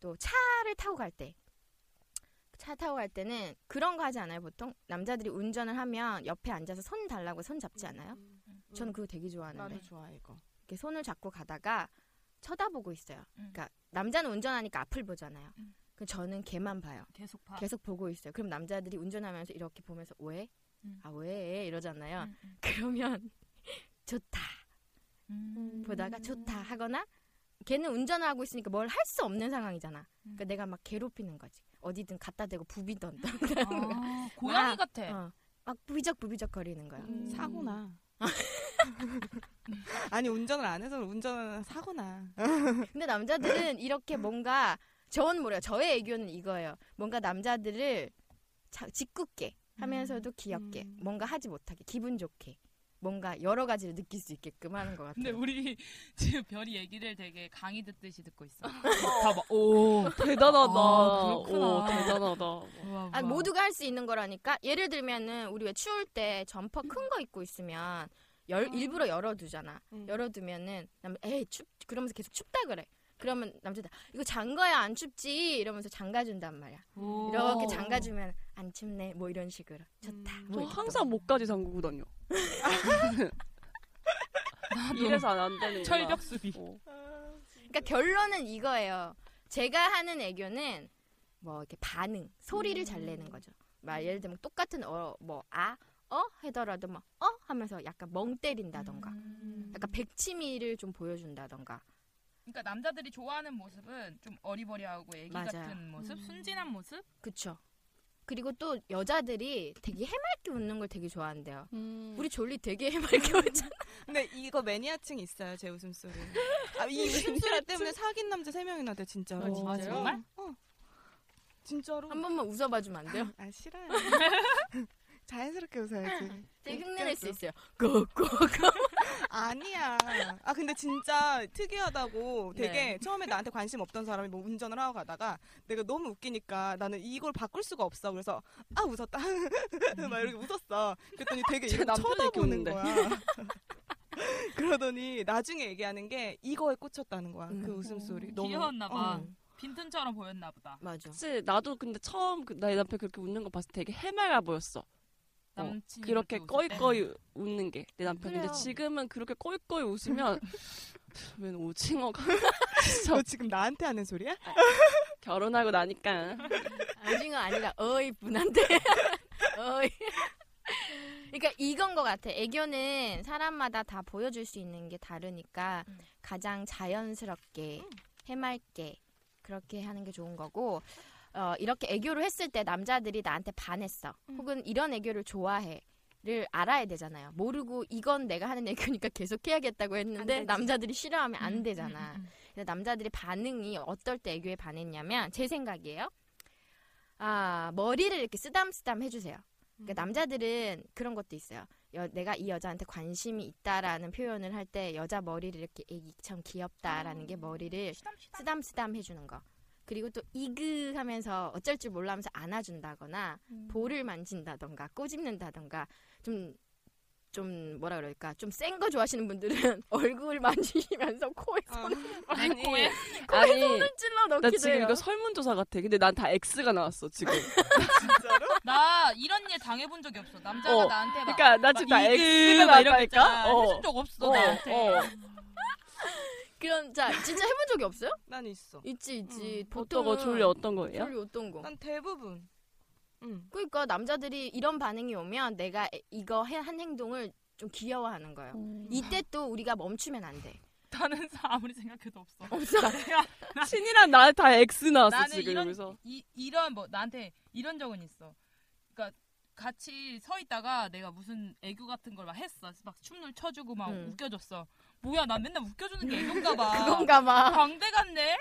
C: 또 차를 타고 갈 때. 차 타고 갈 때는 그런 거 하지 않아요 보통 남자들이 운전을 하면 옆에 앉아서 손 달라고 손 잡지 않아요?
B: 음,
C: 저는 그거 되게 좋아하는데
D: 나도 좋아 이거.
C: 이렇게 손을 잡고 가다가 쳐다보고 있어요.
B: 음.
C: 그러니까 남자는 운전하니까 앞을 보잖아요.
B: 음. 아.
C: 그 저는 걔만 봐요.
B: 계속 봐.
C: 계속 보고 있어요. 그럼 남자들이 운전하면서 이렇게 보면서 왜?
B: 음.
C: 아 왜? 이러잖아요.
B: 음, 음,
C: 그러면 좋다
B: 음.
C: 보다가 좋다 하거나 걔는 운전을 하고 있으니까 뭘 할 수 없는 상황이잖아. 그러니까
B: 음.
C: 내가 막 괴롭히는 거지. 어디든 갖다 대고 부비던다.
B: 아, 고양이
C: 아,
B: 같아.
C: 어. 막 부비적 부비적 거리는 거야.
D: 음. 사고나. 아니 운전을 안 해서 운전은 사고나.
C: 근데 남자들은 이렇게 뭔가 저는 몰라요. 저의 애교는 이거예요. 뭔가 남자들을 자- 짓궂게 하면서도 귀엽게
D: 음.
C: 뭔가 하지 못하게 기분 좋게 뭔가 여러 가지를 느낄 수 있게끔 하는 것
B: 근데
C: 같아요.
B: 우리 지금 별이 얘기를 되게 강의 듣듯이 듣고 있어. 다 막, 오.
E: 대단하다.
B: 아, 그렇구나.
E: 오, 대단하다.
B: 우와,
C: 아,
B: 우와.
C: 모두가 할 수 있는 거라니까 예를 들면은 우리 왜 추울 때 점퍼 큰 거 입고 있으면 열, 일부러 열어두잖아
D: 음.
C: 열어두면은 남 에이 춥 그러면서 계속 춥다 그래 그러면 남자들 이거 잠가야 안 춥지 이러면서 잠가준단 말이야
B: 오.
C: 이렇게 잠가주면 안 춥네 뭐 이런 식으로 좋다
D: 음.
C: 뭐
E: 저
C: 이렇게
E: 항상 목까지 잠그고 다녀. 이래서 안- 안 되는
B: 철벽 수비.
E: 어.
C: 그러니까 결론은 이거예요. 제가 하는 애교는 뭐 이렇게 반응, 소리를 잘 내는 거죠. 막 예를 들면 똑같은 어, 뭐 아, 어 하더라도 막 어 하면서 약간 멍 때린다던가, 약간 백치미를 좀 보여준다던가.
B: 그러니까 남자들이 좋아하는 모습은 좀 어리버리하고 애기
C: 맞아요. 음.
B: 같은 모습, 순진한 모습.
C: 그쵸? 그리고 또 여자들이 되게 해맑게 웃는 걸 되게 좋아한대요. 우리 졸리 되게 해맑게 웃잖아.
D: 근데 이거 매니아층 있어요 제 웃음소리. 아, 이 웃음소리 때문에 사귄 남자 세 명이나 돼 진짜로.
B: 아, 진짜요? 정말?
D: 어. 진짜로.
C: 한 번만 웃어봐주면 안 돼요?
D: 아 싫어요. 자연스럽게 웃어야지.
C: 되게 흉내낼 수
D: 웃겼어.
C: 있어요. 고고고.
D: 아니야. 아 근데 진짜 특이하다고 되게
E: 네.
D: 처음에 나한테 관심 없던 사람이 뭐 운전을 하고 가다가 내가 너무 웃기니까 나는 이걸 바꿀 수가 없어. 그래서 아 웃었다. 막 이렇게 웃었어. 그랬더니 되게
E: 제
D: 이렇게
E: 남편이 이렇게
D: 쳐다보는
E: 웃는데.
D: 거야. 그러더니 나중에 얘기하는 게 이거에 꽂혔다는 거야. 그 웃음소리. 너무
B: 귀여웠나 봐.
D: 어.
B: 빈틈처럼 보였나 보다.
C: 맞아.
E: 사실 나도 근데 처음 그- 내 남편 그렇게 웃는 거 봤을 때 되게 해맑아 보였어. 어,
B: 남친이
E: 그렇게
B: 웃을 때.
E: 꺼이꺼이 웃는 게 내 남편. 근데
C: 그래요.
E: 지금은 그렇게 꺼이꺼이 웃으면 웬 오징어가
D: 너 지금 나한테 하는 소리야?
E: 결혼하고 나니까
C: 오징어 아니라 어이 분한데. 어이. 그러니까 이건 것 같아. 애교는 사람마다 다 보여줄 수 있는 게 다르니까 가장 자연스럽게
B: 음.
C: 해맑게 그렇게 하는 게 좋은 거고 어, 이렇게 애교를 했을 때 남자들이 나한테 반했어.
B: 음.
C: 혹은 이런 애교를 좋아해. 를 알아야 되잖아요. 모르고 이건 내가 하는 애교니까 계속 해야겠다고 했는데
F: 되지.
C: 남자들이 싫어하면 안
B: 음,
C: 되잖아.
B: 음, 음.
C: 근데 남자들이 반응이 어떨 때 애교에 반했냐면 제 생각이에요. 아 머리를 이렇게 쓰담쓰담 해주세요. 그러니까
B: 음.
C: 남자들은 그런 것도 있어요. 여- 내가 이 여자한테 관심이 있다라는 표현을 할 때 여자 머리를 이렇게 애기 참 귀엽다라는 게 머리를 쓰담쓰담 해주는 거. 그리고 또 이그하면서 어쩔 줄 몰라면서 안아준다거나 볼을 만진다던가 꼬집는다던가 좀. 좀 뭐라 그럴까 좀 센 거 좋아하시는 분들은 얼굴 만지시면서 코에
D: 어.
E: 아니
B: 코에?
E: 아니
C: 찔러
E: 나
C: 넣기도
E: 지금
C: 해요.
E: 이거 설문조사 같아. 근데 난 다 X가 나왔어 지금.
D: 진짜로?
B: 나 이런 일 당해본 적이 없어. 남자가
E: 어.
B: 나한테 막
E: 그러니까 나 지금 다
B: 막 이글
E: X가
B: 막 이런 거
E: 나왔다니까.
B: 있잖아.
E: 어.
B: 해준 적 없어
E: 어,
B: 나한테.
E: 어.
C: 그럼 자 진짜 해본 적이 없어요?
D: 난 있어.
C: 있지 있지.
E: 어떤 거 졸려 어떤 거예요?
C: 졸려 어떤 거?
D: 난 대부분. 응.
C: 그러니까 남자들이 이런 반응이 오면 내가 에- 이거 해- 한 행동을 좀 귀여워하는 거예요. 이때 또 우리가 멈추면 안 돼.
B: 나는 사- 아무리 생각해도 없어.
C: 없어.
B: 내가
E: 신이랑 나는 다 X 나왔어
B: 나는
E: 지금
B: 이런
E: 그래서.
B: 이, 이런 뭐 나한테 이런 적은 있어. 그러니까 같이 서 있다가 내가 무슨 애교 같은 걸 막 했어. 막 춤을 춰주고 막
C: 음.
B: 웃겨줬어. 뭐야 난 맨날 웃겨주는 게 애교인가 봐.
C: 아, 그건가 봐.
B: 광대 같네.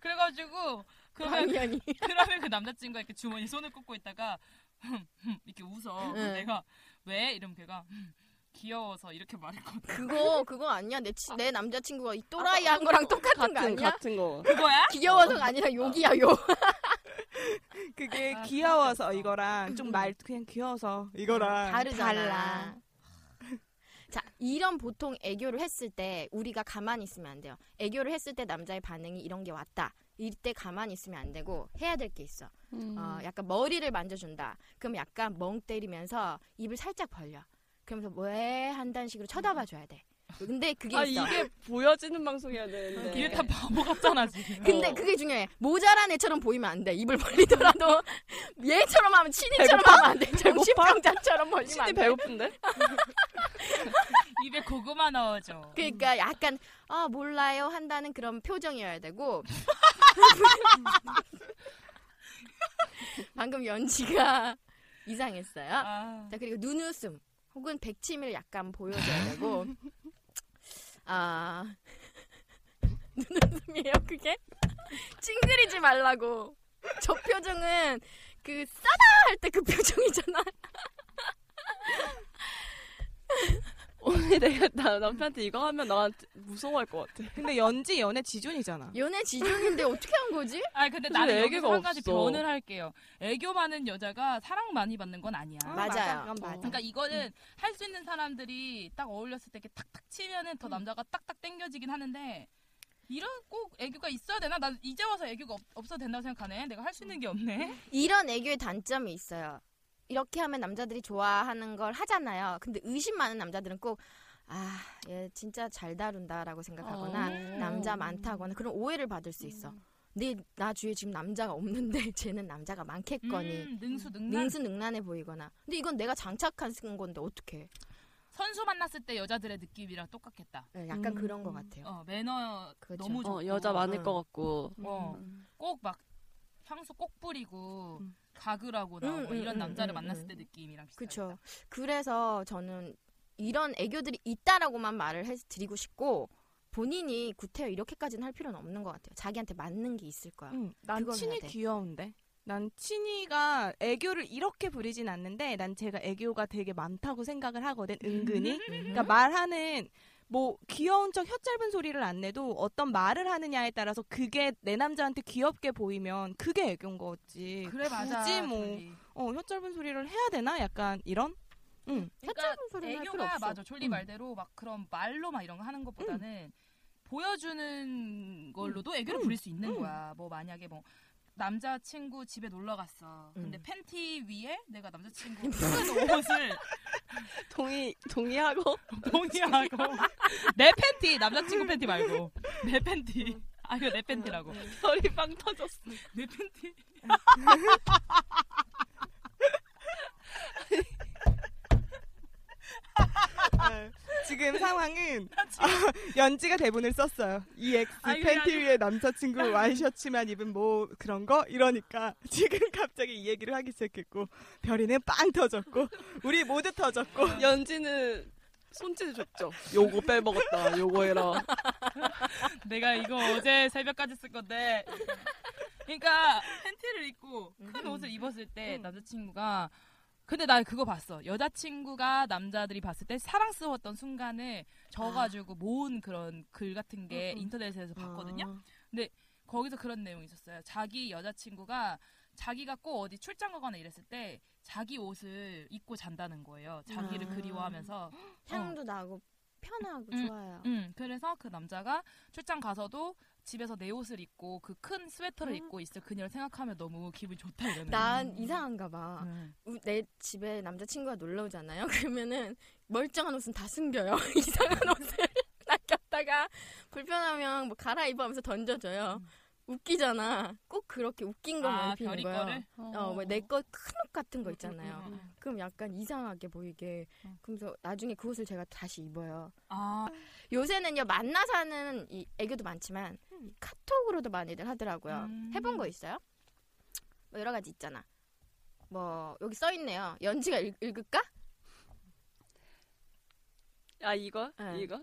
B: 그래가지고 그러면
C: 당연히.
B: 그러면 그 남자친구가 이렇게 주머니 손을 꽂고 있다가 이렇게 웃어.
C: 응.
B: 내가 왜 이러면 걔가 귀여워서 이렇게 말했거든.
C: 그거 그거 아니야. 내, 치, 내 남자친구가 이 또라이 한 거랑 아, 똑같은 거
E: 같은
C: 아니야?
E: 같은 거.
B: 그거야?
C: 귀여워서가 아니라 욕이야 욕.
D: 그게
B: 아,
D: 귀여워서
B: 그렇겠어.
D: 이거랑 좀 말 그냥 귀여워서 이거랑
C: 다르잖아.
D: 달라.
C: 자, 이런 보통 애교를 했을 때 우리가 가만히 있으면 안 돼요. 애교를 했을 때 남자의 반응이 이런 게 왔다. 이때 가만히 있으면 안 되고 해야 될 게 있어.
E: 음.
C: 어, 약간 머리를 만져준다. 그럼 약간 멍 때리면서 입을 살짝 벌려. 그러면서 왜 한다는 식으로 쳐다봐줘야 돼. 근데 그게
E: 아
C: 있어.
E: 이게 보여지는 방송이야 되는데.
B: 이게 다 바보 같잖아 지금.
C: 네. 근데
E: 어.
C: 그게 중요해. 모자란 애처럼 보이면 안 돼. 입을 벌리더라도 얘처럼 하면 친이처럼 하면 안 돼. 정신병자처럼 벌리면
E: 신이
C: 안 돼.
E: 배고픈데?
B: 입에 고구마 넣어줘.
C: 그러니까 약간 아 몰라요 한다는 그런 표정이어야 되고 방금 연지가 이상했어요.
B: 아,
C: 자 그리고 눈웃음 혹은 백치미를 약간 보여줘야 되고 아 눈웃음이에요 그게 찡그리지 말라고 저 표정은 그 싸다 할 때 그 표정이잖아.
E: 오늘 내가 나 남편한테 이거 하면 나한테 무서워할 것 같아.
D: 근데 연지 연애 지존이잖아.
C: 연애 지존인데 어떻게 한 거지?
B: 아니 근데
E: 무슨
B: 나는
E: 애교가
B: 여기서 한 가지
E: 없어.
B: 변을 할게요. 애교 많은 여자가 사랑 많이 받는 건 아니야.
D: 아,
C: 맞아요.
D: 그건 맞아.
B: 그러니까 이거는 할 수 있는 사람들이 딱 어울렸을 때 이렇게 탁탁 치면은 더 남자가 딱딱 땡겨지긴 하는데 이런 꼭 애교가 있어야 되나? 난 이제 와서 애교가 없, 없어도 된다고 생각하네. 내가 할 수 있는 게 없네.
C: 이런 애교의 단점이 있어요. 이렇게 하면 남자들이 좋아하는 걸 하잖아요. 근데 의심 많은 남자들은 꼭 아, 얘 진짜 잘 다룬다라고 생각하거나
B: 어. 음.
C: 남자 많다거나 그런 오해를 받을 수 있어. 내 나 주위에 지금 남자가 없는데 쟤는 남자가 많겠거니.
B: 음, 능수 능란.
C: 능수능란해 보이거나. 근데 이건 내가 장착한 쓴 건데 어떻게?
B: 선수 만났을 때 여자들의 느낌이랑 똑같겠다.
C: 예, 약간 그런 것 같아요.
B: 어, 매너
C: 그렇죠.
B: 너무 좋고
E: 어 여자 많을
C: 응.
E: 것 같고.
B: 어,
C: 음.
B: 꼭 막 향수 꼭 뿌리고
D: 음.
B: 가글하고 나오고
C: 음,
B: 이런
C: 음, 음,
B: 남자를 만났을
C: 음.
B: 때 느낌이랑 비슷하다.
C: 그렇죠. 그래서 저는 이런 애교들이 있다라고만 말을 해드리고 싶고 본인이 구태여 이렇게까지는 할 필요는 없는 것 같아요. 자기한테 맞는 게 있을
B: 음,
C: 거야.
D: 응, 난
C: 그건
D: 친이
C: 해야 돼.
D: 귀여운데. 난 친이가 애교를 이렇게 부리진
E: 음.
D: 않는데 난 제가 애교가 되게 많다고 생각을 하거든 은근히. 그러니까 말하는 뭐 귀여운 척 혀 짧은 소리를 안 내도 어떤 말을 하느냐에 따라서 그게 내 남자한테 귀엽게 보이면 그게 애교인 거지.
B: 그래 맞아.
D: 굳이 뭐.
B: 졸리.
D: 어, 혀 짧은 소리를 해야 되나? 약간 이런? 응.
B: 그러니까
C: 소리는 할 필요
B: 애교가
C: 없어.
B: 맞아. 졸리
D: 음.
B: 말대로 막 그런 말로 막 이런 거 하는 것보다는 보여주는 걸로도 애교를 부릴 수 있는 거야. 뭐 만약에 뭐 남자친구 집에 놀러 갔어. 근데 팬티 위에 내가 남자친구 입은 옷을
E: 동의 동의하고
B: 동의하고 내 팬티 남자친구 팬티 말고 내 팬티 아 이거 내 팬티라고
E: 별이 빵 터졌어.
B: 내네 팬티
D: 네. 지금 상황은 아, 연지가 대본을 썼어요. E EX
B: 아니, 그게
D: 팬티
B: 아니고-
D: 위에 남자친구 와이셔츠만 입은 뭐 그런 거 이러니까 지금 갑자기 이 얘기를 하기 시작했고 별이는 빵 터졌고 우리 모두 터졌고
E: 연지는 손짓을 줬죠. 요거 빼먹었다. 요거 해라.
B: 내가 이거 어제 새벽까지 쓸 건데. 그러니까 팬티를 입고 큰 옷을 입었을 때 남자친구가 근데 나 그거 봤어. 여자친구가 남자들이 봤을 때 사랑스러웠던 순간을 져가지고 모은 그런 글 같은 게 인터넷에서 봤거든요.
C: 아,
B: 거기서 그런 내용이 있었어요. 자기 여자친구가 자기가 꼭 어디 출장 가거나 이랬을 때 자기 옷을 입고 잔다는 거예요. 자기를
D: 아.
B: 그리워하면서
C: 향도 나고 편하고
B: 음.
C: 좋아요.
B: 음, 그래서 그 남자가 출장 가서도 집에서 내 옷을 입고 그 큰 스웨터를
C: 음.
B: 입고 있을 그녀를 생각하면 너무 기분 좋다 이러는.
C: 난
B: 거예요.
C: 이상한가 봐.
B: 음.
C: 우- 내 집에 남자친구가 놀러 오잖아요. 그러면은 멀쩡한 옷은 다 숨겨요. 이상한 옷을 낚였다가 불편하면 뭐 갈아입으면서 던져줘요. 웃기잖아. 꼭 그렇게 웃긴 것만
B: 음. 아,
C: 입히는
B: 별이
C: 거야.
B: 거를.
C: 어, 왜내거큰 옷 같은 거 있잖아요.
B: 음, 음.
C: 그럼 약간 이상하게 보이게.
B: 음.
C: 그래서 나중에 그 옷을 제가 다시 입어요.
B: 아,
C: 요새는요 만나서 하는 이 애교도 많지만 이 카톡으로도 많이들 하더라고요.
B: 음.
C: 해본 거 있어요? 뭐 여러 가지 있잖아. 뭐 여기 써 있네요. 연지가 읽, 읽을까?
E: 아 이거?
C: 네.
E: 이거?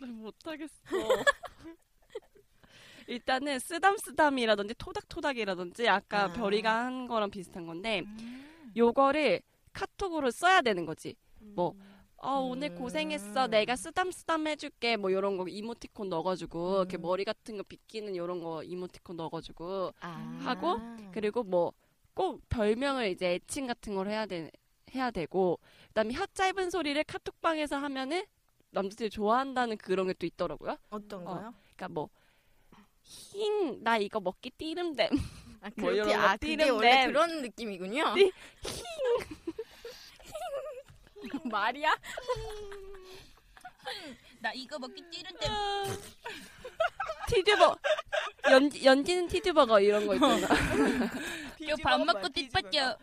E: 나 못하겠어. 일단은 쓰담쓰담이라든지 토닥토닥이라든지 아까 음.
C: 아.
E: 별이가 한 거랑 비슷한 건데 요거를 카톡으로 써야 되는 거지. 뭐 어, 오늘
C: 음.
E: 고생했어. 내가 쓰담쓰담 해줄게. 뭐 요런 거 이모티콘 넣어가지고 이렇게
C: 음.
E: 머리 같은 거 빗기는 요런 거 이모티콘 넣어가지고
C: 아.
E: 하고, 그리고 뭐 꼭 별명을 이제 애칭 같은 걸 해야 되 해야 되고 그다음에 혀 짧은 소리를 카톡방에서 하면은 남자들이 좋아한다는 그런 게 또 있더라고요.
C: 어떤
E: 어,
C: 거요?
E: 그러니까 뭐 힝 나 이거 먹기 띠름댐
C: 아,
E: 뭐
C: 그렇게
E: 이런 거
C: 아 그게 원래
E: 띠름댐.
C: 그런 느낌이군요.
E: 띠-
C: 말이야?
B: 나 이거 먹기 싫은데.
E: 티듀버 연 연기는 티듀버거 이런 거 있잖아.
B: 저밥 먹고 뒷받쳐.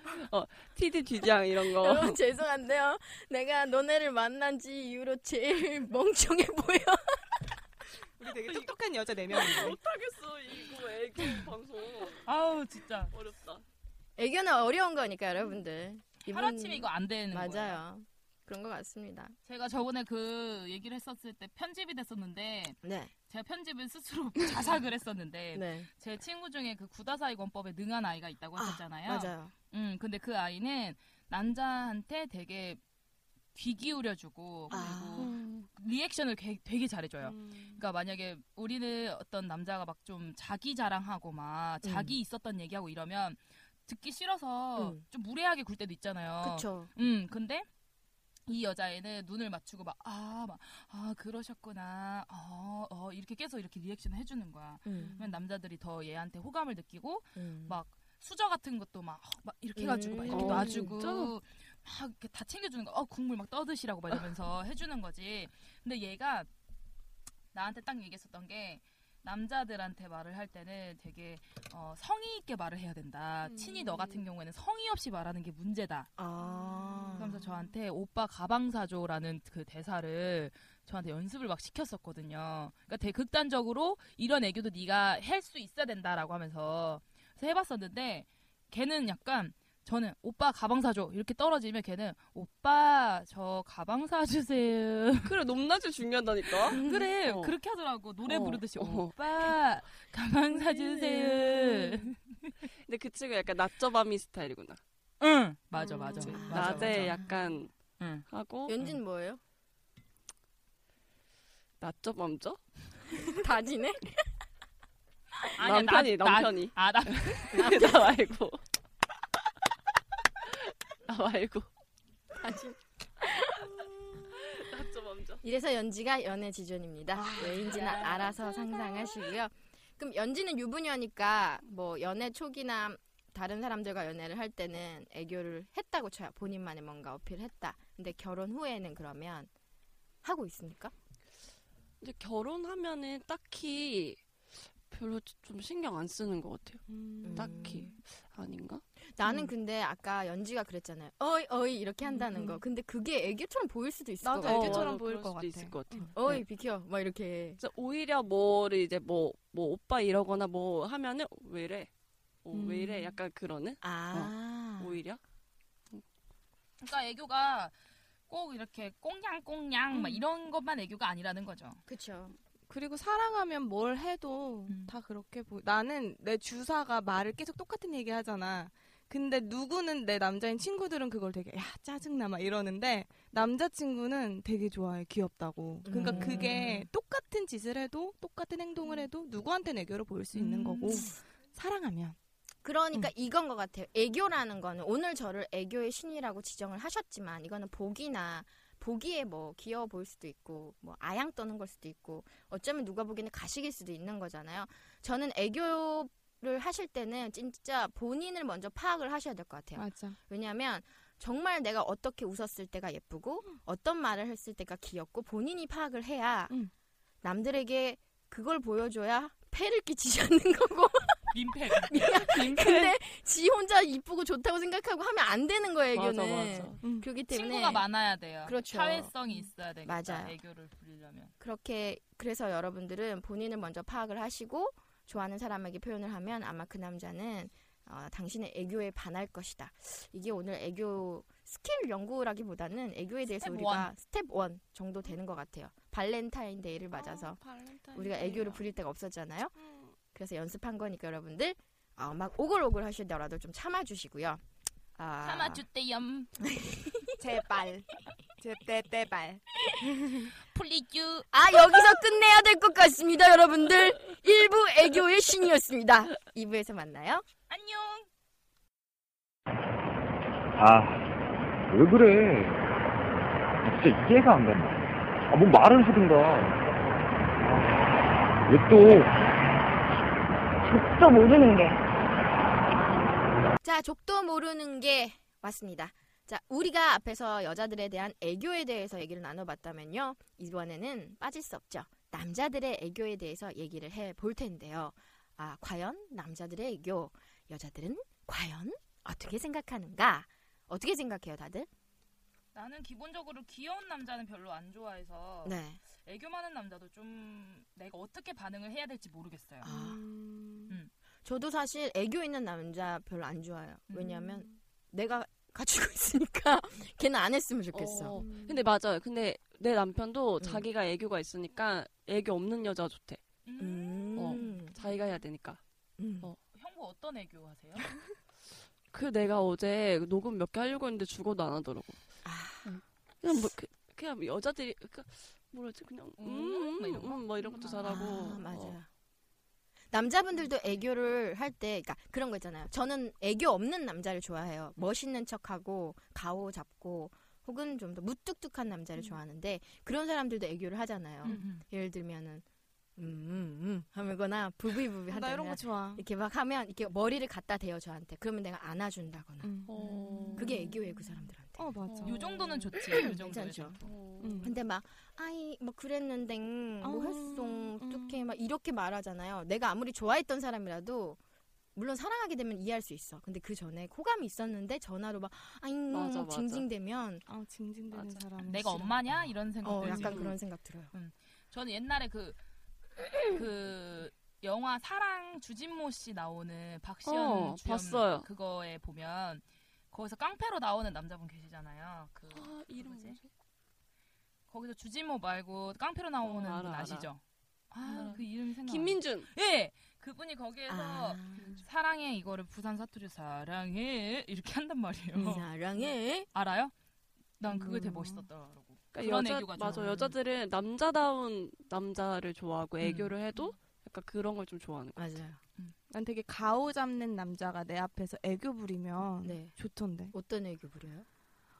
E: 티드 뒤장 이런
B: 어.
E: 거.
C: 여러분 죄송한데요. 내가 너네를 만난 지 이후로 제일 멍청해 보여.
D: 우리 되게 똑똑한 여자 네 명인데
E: 못하겠어 이거 애교 방송
B: 아우 진짜.
E: 어렵다.
C: 애교는 어려운 거니까 여러분들. 이분-
B: 하루아침에 이거 안 되는 거예요.
C: 맞아요. 그런 것 같습니다.
B: 제가 저번에 그 얘기를 했었을 때 편집이 됐었는데
C: 네.
B: 제가 편집을 스스로 자삭을 했었는데
C: 네.
B: 제 친구 중에 그 구다사이 권법에 능한 아이가 있다고
C: 아,
B: 했었잖아요.
C: 맞아요.
B: 음, 근데 그 아이는 남자한테 되게 귀 기울여주고 그리고
C: 아. 음.
B: 리액션을 게- 되게 잘해줘요. 그러니까 만약에 우리는 어떤 남자가 막 좀 자기 자랑하고 막 자기 있었던 얘기하고 이러면 듣기 싫어서
C: 음.
B: 좀 무례하게 굴 때도 있잖아요.
C: 그쵸.
B: 음, 근데 이 여자애는 눈을 맞추고 막, 아, 막, 아, 그러셨구나. 어, 어, 이렇게 계속 이렇게 리액션 해주는 거야.
C: 음.
B: 그러면 남자들이 더 얘한테 호감을 느끼고,
C: 음.
B: 막, 수저 같은 것도 막, 어, 막 이렇게 해가지고, 막 이렇게
C: 음.
B: 놔주고,
E: 어, 진짜?
B: 막 이렇게 다 챙겨주는 거, 어, 국물 막 떠드시라고 막 이러면서 해주는 거지. 근데 얘가 나한테 딱 얘기했었던 게, 남자들한테 말을 할 때는 되게 어, 성의 있게 말을 해야 된다. 친히 너
E: 음.
B: 같은 경우에는 성의 없이 말하는 게 문제다.
C: 아.
B: 그러면서 저한테 오빠 가방 사줘라는 그 대사를 저한테 연습을 막 시켰었거든요. 그러니까 되게 극단적으로 이런 애교도 네가 할 수 있어야 된다라고 하면서 그래서 해봤었는데 걔는 약간 저는 오빠 가방 사줘 이렇게 떨어지면 걔는 오빠 저 가방 사주세요.
E: 그래 높낮이 중요하다니까.
B: 그래
E: 어.
B: 그렇게 하더라고 노래
E: 어,
B: 부르듯이
E: 어.
B: 오빠 가방 사주세요.
E: 근데 그 친구 약간 낮저밤이 스타일이구나.
B: 응 맞아 맞아
C: 음.
B: 맞아,
E: 낮에
B: 맞아.
E: 약간
B: 응.
E: 하고
C: 어? 연진 뭐예요?
E: 낮죠 밤죠?
C: 다지네?
B: 아니야,
E: 남편이
B: 나- 나-
E: 남편이
B: 아, 나
E: 나 말고 나 말고
C: 다지.
E: 낮죠 밤죠?
C: 이래서 연지가 연애 지존입니다. 왜인지는 알아서 상상하시고요. 그럼 연지는 유부녀니까 뭐 연애 초기나 다른 사람들과 연애를 할 때는 애교를 했다고 쳐요. 본인만의 뭔가 어필했다. 근데 결혼 후에는 그러면 하고 있습니까?
E: 근데 결혼하면은 딱히 별로 좀 신경 안 쓰는 것 같아요. 딱히 아닌가?
C: 나는 근데 아까 연지가 그랬잖아요. 어이 어이 이렇게 한다는 거. 근데 그게 애교처럼 보일 수도 있을 것
D: 나도
C: 같아요.
D: 애교처럼
E: 맞아,
D: 보일
E: 그럴
D: 것
E: 수도
D: 같아.
E: 있을 것 같아요.
C: 어이 비켜 막 이렇게.
E: 그래서 오히려 뭐를 이제 뭐 뭐 오빠 이러거나 뭐 하면은 왜 이래? 어, 왜 이래? 약간 어. 그러는
C: 아.
E: 오히려
B: 그러니까 애교가 꼭 이렇게 꽁냥꽁냥 막 이런 것만 애교가 아니라는 거죠.
C: 그렇죠.
D: 그리고 사랑하면 뭘 해도
B: 음.
D: 다 그렇게 보. 나는 내 주사가 말을 계속 똑같은 얘기 하잖아. 근데 누구는 내 남자인 친구들은 그걸 되게 야 짜증나 막 이러는데 남자친구는 되게 좋아해 귀엽다고. 그러니까
C: 음.
D: 그게 똑같은 짓을 해도 똑같은 행동을 해도 누구한테는 애교로 보일 수 있는
B: 음.
D: 거고 사랑하면
C: 그러니까 이건 것 같아요. 애교라는 거는 오늘 저를 애교의 신이라고 지정을 하셨지만 이거는 복이나 보기에 뭐 귀여워 보일 수도 있고 뭐 아양 떠는 걸 수도 있고 어쩌면 누가 보기에는 가식일 수도 있는 거잖아요. 저는 애교를 하실 때는 진짜 본인을 먼저 파악을 하셔야 음. 될 것 같아요.
D: 맞아.
C: 왜냐하면 정말 내가 어떻게 웃었을 때가 예쁘고 어떤 말을 했을 때가 귀엽고 본인이 파악을 해야
D: 음.
C: 남들에게 그걸 보여줘야 폐를 끼치지 않는 거고
B: 민폐.
C: 근데 지 혼자 이쁘고 좋다고 생각하고 하면 안 되는 거예요 애교는
E: 맞아 맞아.
D: 음.
C: 그렇기 때문에
B: 친구가 많아야 돼요.
C: 그렇죠.
B: 사회성이 있어야 되니까
C: 맞아요.
B: 애교를 부리려면.
C: 그렇게 그래서 여러분들은 본인을 먼저 파악을 하시고 좋아하는 사람에게 표현을 하면 아마 그 남자는 어, 당신의 애교에 반할 것이다 이게 오늘 애교 스킬 연구라기보다는 애교에 대해서
B: 스텝
C: 우리가 스텝 원 정도 되는 것 같아요 발렌타인데이를 맞아서 우리가
E: 어.
C: 애교를 부릴 때가 없었잖아요 그래서 연습한 거니까 여러분들 어, 막 오글오글 하시더라도 좀 참아주시고요 아,
B: 참아주대염.
A: 제발. 제때때발.
B: 플리쥬.
C: 아 여기서 끝내야 될 것 같습니다 여러분들 1부 애교의 신이었습니다 2부에서 만나요
B: 안녕.
G: 아, 왜 그래? 진짜 이해가 안 된다. 아, 뭐 말을 하든가. 아, 왜 또,
F: 또 모르는 게
C: 자 족도 모르는 게 왔습니다 자 우리가 앞에서 여자들에 대한 애교에 대해서 얘기를 나눠봤다면요 이번에는 빠질 수 없죠 남자들의 애교에 대해서 얘기를 해 볼 텐데요 아 과연 남자들의 애교 여자들은 과연 어떻게 생각하는가 어떻게 생각해요 다들
B: 나는 기본적으로 귀여운 남자는 별로 안 좋아해서
C: 네
B: 애교 많은 남자도 좀 내가 어떻게 반응을 해야 될지 모르겠어요.
C: 아.
B: 음.
C: 저도 사실 애교 있는 남자 별로 안 좋아해요. 왜냐하면
B: 음.
C: 내가 갖추고 있으니까 걔는 안 했으면 좋겠어.
E: 어,
D: 음.
E: 근데 맞아요. 근데 내 남편도
C: 음.
E: 자기가 애교가 있으니까 애교 없는 여자 좋대.
B: 음.
C: 음.
E: 어, 자기가 해야 되니까.
C: 음.
E: 어.
B: 형부 어떤 애교 하세요?
E: 그 내가 어제 녹음 몇 개 하려고 했는데 죽어도 안 하더라고.
C: 아,
E: 그냥 뭐 그, 냥 여자들이 그, 뭐라지 그냥 음,
B: 음, 뭐
E: 음,
B: 이런 거?
E: 음, 뭐 이런 것도 잘하고.
C: 아, 맞아.
E: 어.
C: 요 남자분들도 애교를 할 때, 그러니까 그런 거 있잖아요. 저는 애교 없는 남자를 좋아해요. 멋있는 척하고 가오 잡고 혹은 좀 더 무뚝뚝한
E: 음.
C: 남자를 좋아하는데 그런 사람들도 애교를 하잖아요.
B: 음.
C: 예를 들면은 음, 음, 음 하거나 부비부비
D: 나
C: 하다가
D: 이런 거 좋아.
C: 이렇게 막 하면 이렇게 머리를 갖다 대요 저한테. 그러면 내가 안아준다거나.
D: 음.
E: 어.
C: 그게 애교예요 음. 그 사람들한테.
D: 어 맞아.
B: 요 정도는 좋지. 요 정도는
C: 괜찮죠.
E: 어.
D: 음.
C: 근데 막 아이 뭐 그랬는데 뭐
D: 어,
C: 했어
D: 음.
C: 어떻게 막 이렇게 말하잖아요. 내가 아무리 좋아했던 사람이라도 물론 사랑하게 되면 이해할 수 있어. 근데 그 전에 호감이 있었는데 전화로 막 아이
E: 맞아, 맞아.
C: 징징대면
D: 아 징징대는
E: 맞아.
D: 사람.
B: 내가 엄마냐 이런 생각.
C: 어
B: 들지.
C: 약간 그런 생각 들어요.
B: 저는 옛날에 그 그 영화 사랑 주진모 씨 나오는 박시연
E: 어,
B: 주연
E: 봤어요.
B: 그거에 보면 거기서 깡패로 나오는 남자분 계시잖아요. 그
E: 아, 이름
B: 뭐지?
E: 뭐지?
B: 거기서 주진모 말고 깡패로 나오는
E: 어, 알아,
B: 분
E: 알아.
B: 아시죠?
E: 알아.
B: 아그 이름 생각. 안
E: 김민준.
B: 나. 예 그분이 거기에서
C: 아,
B: 사랑해 이거를 부산 사투리 사랑해 이렇게 한단 말이에요.
C: 사랑해.
B: 음. 알아요? 난 그게 되게
D: 음.
B: 멋있었더라고.
E: 그러니까
B: 그런
E: 여자,
B: 애교가
E: 맞아
B: 좋아요.
E: 여자들은 남자다운 남자를 좋아하고 애교를 해도 약간 그런 걸 좀 좋아하는 거
C: 맞아요.
D: 난 되게 가오 잡는 남자가 내 앞에서 애교 부리면
C: 네.
D: 좋던데.
C: 어떤 애교 부려요?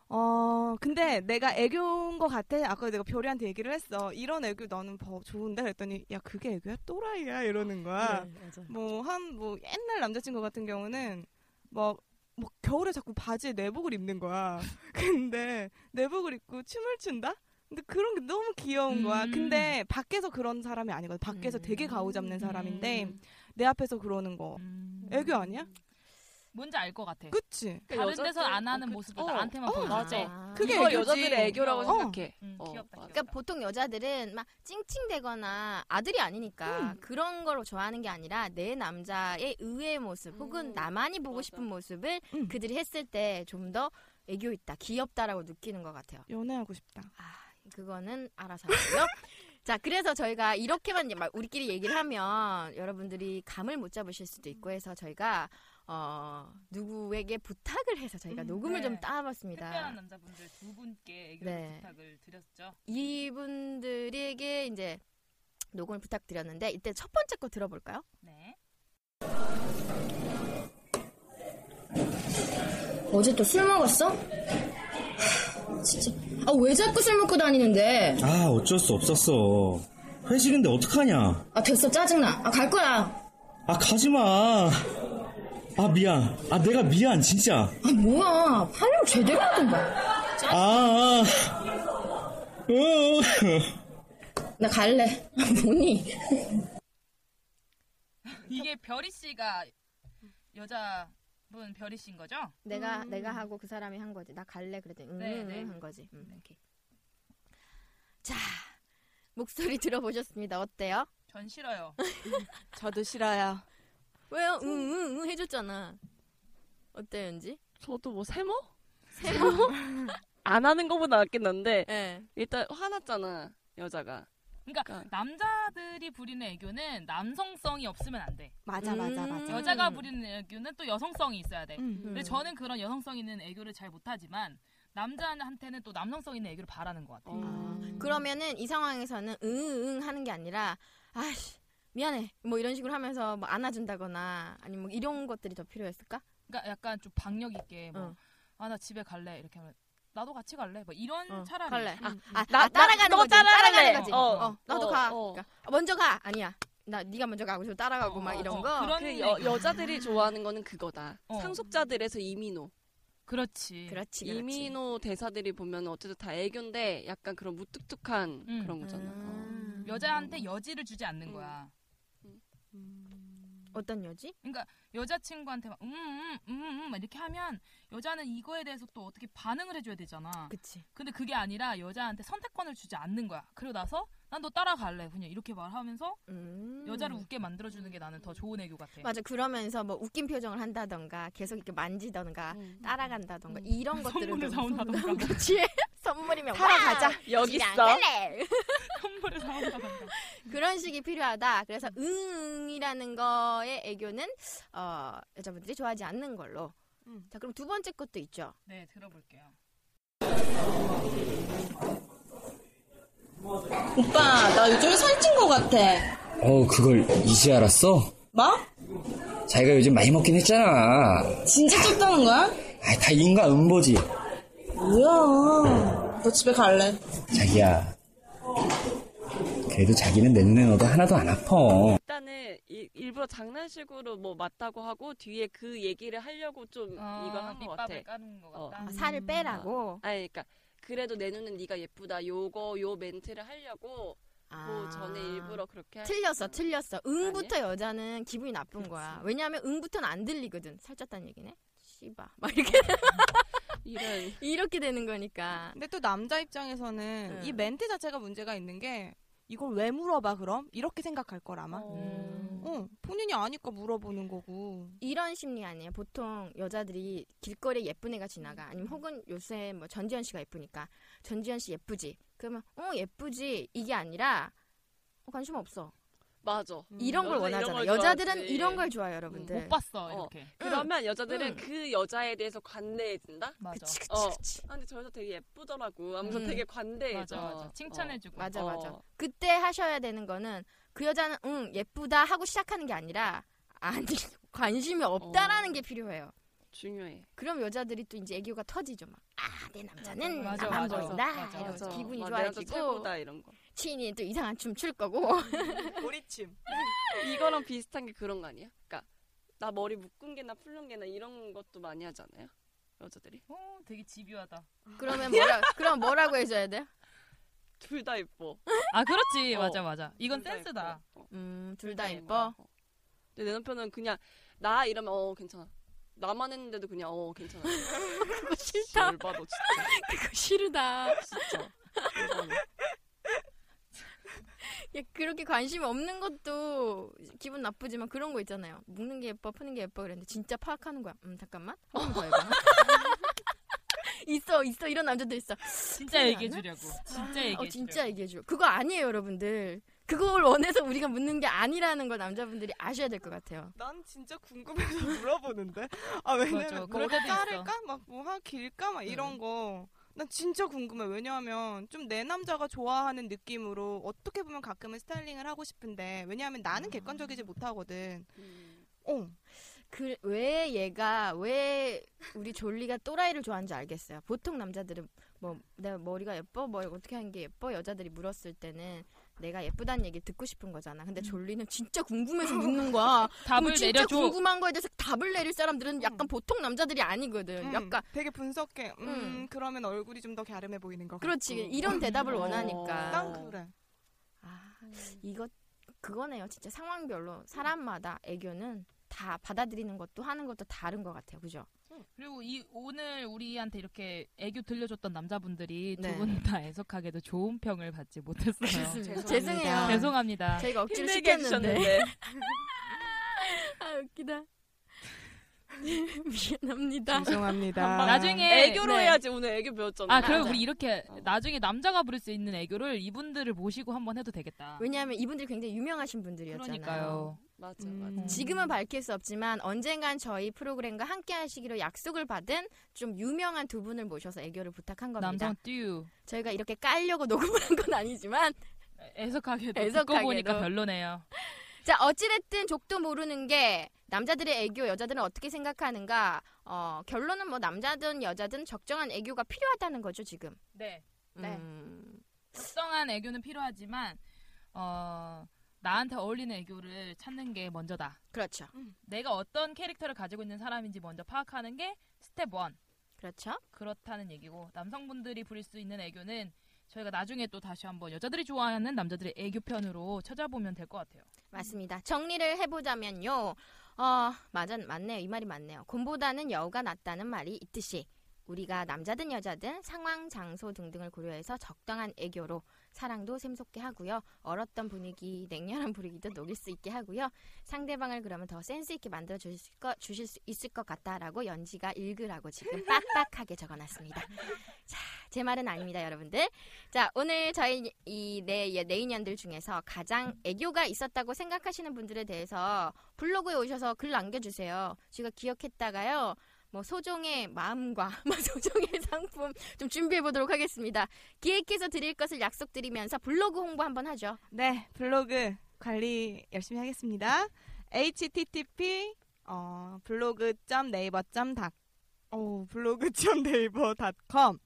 D: 어, 근데 내가 애교인 것 같아. 아까 내가 별이한테 얘기를 했어. 이런 애교 너는 버- 좋은데? 그랬더니, 야, 그게 애교야? 또라이야? 이러는 거야.
E: 네,
D: 뭐, 한, 뭐, 옛날 남자친구 같은 경우는, 막, 막 겨울에 자꾸 바지에 내복을 입는 거야. 근데, 내복을 입고 춤을 춘다? 근데 그런 게 너무 귀여운 거야.
B: 음.
D: 근데, 밖에서 그런 사람이 아니거든. 밖에서
E: 음.
D: 되게 가오잡는 사람인데, 내 앞에서 그러는 거. 애교 아니야?
B: 음. 뭔지 알 것 같아.
D: 그치?
B: 다른
E: 여자들-
B: 데선 안 하는
E: 어, 그-
B: 모습을
E: 어.
B: 나한테만
E: 어,
B: 보여줘.
E: 맞아.
C: 아.
D: 그게
E: 이걸
D: 애교지.
E: 여자들의 애교라고
D: 그러니까 어.
E: 생각해.
B: 음,
E: 어,
B: 귀엽다,
E: 맞아.
B: 귀엽다.
C: 그러니까 보통 여자들은 막 찡찡대거나 아들이 아니니까 그런 걸로 좋아하는 게 아니라 내 남자의 의외의 모습 혹은
E: 음,
C: 나만이 보고
E: 맞아.
C: 싶은 모습을
D: 음.
C: 그들이 했을 때 좀 더 애교 있다, 귀엽다라고 느끼는 것 같아요.
D: 연애하고 싶다.
C: 그거는 알아서 하고요. 자, 그래서 저희가 이렇게만 이제 막 우리끼리 얘기를 하면 여러분들이 감을 못 잡으실 수도 있고 해서 저희가 어, 누구에게 부탁을 해서 저희가
D: 음,
C: 녹음을
B: 네.
C: 좀
B: 특별한
C: 따와봤습니다.
B: 남자분들 두 분께 애교 를
C: 네.
B: 부탁을 드렸죠.
C: 이분들에게 이제 녹음을 부탁드렸는데 이때 첫 번째 거 들어볼까요?
B: 네.
F: 어제 또 술 먹었어? 진짜. 아, 왜 자꾸 술 먹고 다니는데?
H: 아 어쩔 수 없었어 회식인데 어떡하냐
F: 아, 됐어. 짜증나. 아, 갈 거야.
H: 아 가지마 아 미안 아 내가 미안 진짜
F: 아, 뭐야. 화를 제대로 하던가.
H: 아, 어. 아. 으,
F: 나 갈래. 아, 뭐니?
B: 네. 이게 별이 씨가 여자분 별이 씨인 거죠?
C: 내가
E: 음.
C: 내가 하고 그 사람이 한 거지. 나 갈래 그랬더니 응,
B: 네,
C: 응,
B: 네.
C: 응, 한 거지. 음, 이렇게. 자, 목소리 들어보셨습니다. 어때요?
B: 전 싫어요.
D: 저도 싫어요.
C: 왜요? 응, 응, 응 해줬잖아. 어때요, 연지?
E: 저도 뭐 세모? 세모? 안 하는 거보다 낫겠는데
C: 예.
E: 일단 화났잖아 여자가.
B: 그러니까 남자들이 부리는 애교는 남성성이 없으면 안 돼.
A: 맞아 맞아 맞아.
C: 음.
B: 여자가 부리는 애교는 또 여성성이 있어야 돼.
D: 음.
B: 근데 저는 그런 여성성 있는 애교를 잘 못하지만 남자한테는 또 남성성 있는 애교를 바라는 것 같아요.
C: 그러면은 이 상황에서는 응응 하는 게 아니라 아씨 미안해 뭐 이런 식으로 하면서 뭐 안아준다거나 아니면 뭐 이런 것들이 더 필요했을까?
B: 그러니까 약간 좀 박력 있게 뭐,
C: 어.
B: 아 나 집에 갈래 이렇게 하면 나도 같이 갈래 뭐 이런
C: 어,
B: 차라리 음,
C: 갈래. 아, 아,
E: 나-
C: 나, 따라가는
E: 너
C: 거지.
E: 따라갈래.
C: 따라가는 거지.
E: 어,
C: 어,
E: 어,
C: 나도
E: 어,
C: 가.
E: 어.
C: 그러니까 먼저 가. 아니야. 나 네가 먼저 가고 저 따라가고
E: 어,
C: 막
E: 어,
C: 이런
E: 어.
C: 거.
B: 그런
E: 그 여, 여자들이 좋아하는 거는 그거다.
B: 어.
E: 상속자들에서 이민호.
B: 그렇지.
C: 그렇지, 그렇지.
E: 이민호 대사들이 보면 어쨌든 다 애교인데 약간 그런 무뚝뚝한
B: 음.
E: 그런 거잖아. 어.
C: 음.
B: 여자한테 여지를 주지 않는
E: 음.
B: 거야.
C: 어떤 여지?
B: 여자친구한테 막 음음음음 음, 음, 막 이렇게 하면 여자는 이거에 대해서 또 어떻게 반응을 해줘야 되잖아.
C: 그치.
B: 근데 그게 아니라 여자한테 선택권을 주지 않는 거야. 그리고 나서 난 너 따라갈래 그냥 이렇게 말하면서
C: 음.
B: 여자를 웃게 만들어주는 게 나는 더 좋은 애교
E: 네.
B: 같아.
C: 맞아. 그러면서 뭐 웃긴 표정을 한다던가 계속 이렇게 만지던가
E: 음.
C: 따라간다던가 이런 것들을 좀
B: 선물을 사온다던가.
C: 그치? 선물이면
D: 따라가자.
C: 와우,
E: 여기
C: 집에 안
E: 있어.
C: 갈래.
B: 선물을 사온다던가.
C: 그런 식이 필요하다. 그래서 응이라는 거의 애교는 어, 여자분들이 좋아하지 않는 걸로.
D: 음.
C: 자 그럼 두 번째 것도 있죠.
B: 네 들어볼게요.
A: 오빠 나 요즘에 살찐 것 같아.
H: 어 그걸 이제 알았어?
A: 뭐?
H: 자기가 요즘 많이 먹긴 했잖아
A: 진짜 쪘다는 거야?
H: 아, 다 인간 음보지
A: 뭐야? 너 집에 갈래?
H: 자기야 그래도 자기는 내 눈에 넣어도 하나도 안 아파
E: 일단은 이- 일부러 장난식으로 뭐 맞다고 하고 뒤에 그 얘기를 하려고 좀 이걸 한 것 같아.
B: 밑밥을 까는 것
E: 어.
B: 같다.
C: 아, 살을 빼라고.
E: 아니 그러니까 그래도 내 눈은 네가 예쁘다. 요거 요 멘트를 하려고 그
C: 아.
E: 전에 일부러 그렇게 할-
C: 틀렸어, 틀렸어. 응부터 여자는 기분이 나쁜 거야. 왜냐하면 응부터는 안 들리거든. 살쪘다는 얘기네. 씨바.
E: 어.
C: 막 이렇게
E: 이런
C: 이렇게 되는 거니까.
D: 근데 또 남자 입장에서는
C: 응.
D: 이 멘트 자체가 문제가 있는 게 이걸 왜 물어봐 그럼 이렇게 생각할 거라마. 어.
B: 음.
D: 본인이 아니까 물어보는 거고.
C: 이런 심리 아니에요. 보통 여자들이 길거리에 예쁜 애가 지나가. 아니면 혹은 요새 뭐 전지현 씨가 예쁘니까 전지현 씨 예쁘지. 그러면 어 예쁘지 이게 아니라 어, 관심 없어.
E: 맞아.
C: 이런 걸 음, 원하잖아. 여자들은 이런 걸 좋아해요, 여러분들.
E: 못
B: 봤어
E: 이렇게. 그러면 여자들은
C: 음.
E: 그 여자에 대해서 관대해진다.
B: 맞아.
E: 그치 그치 어. 그치. 아, 근데 저 여자 되게 예쁘더라고. 하면서
C: 음.
E: 되게 관대해져.
B: 맞아, 맞아. 칭찬해주고.
C: 맞아 맞아.
E: 네, 어.
C: 그때 하셔야 되는 거는 그 여자는 응 예쁘다 하고 시작하는 게 아니라 아니 관심이 없다라는 게 필요해요.
E: 어. 중요해.
C: 그럼 여자들이 또 이제 애교가 터지죠 막. 아내 남자는
E: 맞아,
C: 나만
E: 맞아.
C: 보인다.
E: 맞아,
C: 이러면서
E: 맞아.
C: 기분이
E: 와, 내 남자
C: 좋아지고
E: 최고다, 이런 거.
C: 친이 또 이상한 춤 출 거고.
A: 고리춤.
E: 이거랑 비슷한 게 그런 거 아니야? 그러니까 나 머리 묶은 게나 풀른 게나 이런 것도 많이 하잖아요. 여자들이.
B: 어, 되게 집요하다.
C: 그러면 뭐라 그럼 뭐라고 해줘야 돼?
E: 둘 다 예뻐.
B: 아 그렇지
E: 어.
B: 맞아 맞아 이건
E: 둘다
B: 센스다
C: 음둘 다
E: 예뻐. 어. 근데 내 남편은 그냥 나 이러면 어 괜찮아. 나만 했는데도 그냥 어 괜찮아. 그거 싫다. 열받아 진짜.
C: 그거 싫다.
E: 진짜.
C: 야, 예, 그렇게 관심 없는 것도 기분 나쁘지만 그런 거 있잖아요. 묶는 게 예뻐, 푸는 게 예뻐 그랬는데 진짜 파악하는 거야. 음, 잠깐만. 한번 더 해봐. 있어, 있어. 이런 남자들 있어.
B: 진짜
C: 푸는
B: 얘기해
C: 거
B: 주려고 진짜
C: 아니야?
B: 얘기해
C: 어, 진짜 얘기해 줘. 그거 아니에요, 여러분들. 그걸 원해서 우리가 묻는 게 아니라는 걸 남자분들이 아셔야 될 것 같아요.
D: 난 진짜 궁금해서 물어보는데 아
B: 맞아,
D: 왜냐면
B: 그럴
D: 뭐가
B: 때도 있어.
D: 자를까 막뭐가 길까 막 이런 거. 난 진짜 궁금해. 왜냐하면 좀 내 남자가 좋아하는 느낌으로 어떻게 보면 가끔은 스타일링을 하고 싶은데 왜냐하면
E: 아.
D: 나는 객관적이지 못하거든.
E: 음.
D: 어.
C: 그 왜 얘가 왜 우리 졸리가 또라이를 좋아하는지 알겠어요. 보통 남자들은 뭐 내 머리가 예뻐, 뭐 어떻게 하는 게 예뻐 여자들이 물었을 때는 내가 예쁘다는 얘기 듣고 싶은 거잖아. 근데 졸리는 진짜 궁금해서 묻는 거야.
B: 음. 답을
C: 그럼 어, 진짜
B: 내려줘. 음.
C: 궁금한 거에 대해서 답을 내릴 사람들은 약간 보통 남자들이 아니거든.
D: 음,
C: 약간
D: 되게 분석해. 음,
C: 음.
D: 그러면 얼굴이 좀 더 갸름해 보이는 거.
C: 그렇지.
B: 어.
C: 이런 대답을 원하니까. 아,
D: 난 그래.
C: 이거 그거네요. 진짜 상황별로 사람마다 애교는 다 받아들이는 것도 하는 것도 다른 것 같아요. 그죠?
B: 그리고 이 오늘 우리한테 이렇게 애교 들려줬던 남자분들이
C: 네.
B: 두 분 다 애석하게도 좋은 평을 받지 못했어요
C: 죄송해요.
B: 죄송합니다
C: 저희가 억지로
B: 힘들게
C: 시켰는데.
B: 해주셨는데.
C: 아 웃기다. 미안합니다.
D: 죄송합니다.
B: 나중에
E: 아. 애교로
B: 네.
E: 해야지 오늘 애교 배웠잖아.
B: 아 그리고 우리 이렇게 나중에 남자가 부를 수 있는 애교를 이분들을 모시고 한번 해도 되겠다
C: 왜냐하면 이분들이 굉장히 유명하신 분들이었잖아요.
B: 그러니까요
E: 맞아
C: 음, 지금은 밝힐 수 없지만 언젠간 저희 프로그램과 함께 하시기로 약속을 받은 좀 유명한 두 분을 모셔서 애교를 부탁한 겁니다.
B: 어, 남성 듀
C: 저희가 이렇게 깔려고 녹음을 한 건 아니지만
B: 애석하게도
C: 애석하게도.
B: 듣고 보니까 별로네요
C: 자 어찌됐든 족도 모르는 게 남자들의 애교 여자들은 어떻게 생각하는가 어, 결론은 뭐 남자든 여자든 적정한 애교가 필요하다는 거죠 지금
B: 네
C: 네.
B: 적당한 애교는 필요하지만 어, 나한테 어울리는 애교를 찾는 게 먼저다.
C: 그렇죠.
B: 내가 어떤 캐릭터를 가지고 있는 사람인지 먼저 파악하는 게 스텝 1.
C: 그렇죠.
B: 그렇다는 얘기고 남성분들이 부릴 수 있는 애교는 저희가 나중에 또 다시 한번 여자들이 좋아하는 남자들의 애교 편으로 찾아보면 될 것 같아요.
C: 맞습니다. 정리를 해보자면요. 어, 맞아, 맞네요. 이 말이 맞네요. 곰보다는 여우가 낫다는 말이 있듯이 우리가 남자든 여자든 상황, 장소 등등을 고려해서 적당한 애교로 사랑도 샘솟게 하고요. 얼었던 분위기, 냉혈한 분위기도 녹일 수 있게 하고요. 상대방을 그러면 더 센스 있게 만들어 주실, 거, 주실 수 있을 것 같다라고 연지가 읽으라고 지금 빡빡하게 적어놨습니다. 자, 제 말은 아닙니다, 여러분들. 자, 오늘 저희 이내 네, 예, 내인연들 중에서 가장 애교가 있었다고 생각하시는 분들에 대해서 블로그에 오셔서 글 남겨주세요. 제가 기억했다가요. 뭐 소정의 마음과 뭐 소정의 상품 좀 준비해 보도록 하겠습니다. 기획해서 드릴 것을 약속드리면서 블로그 홍보 한번 하죠.
D: 네, 블로그 관리 열심히 하겠습니다. http 어, 블로그.네이버.닷 어, 블로그.네이버.com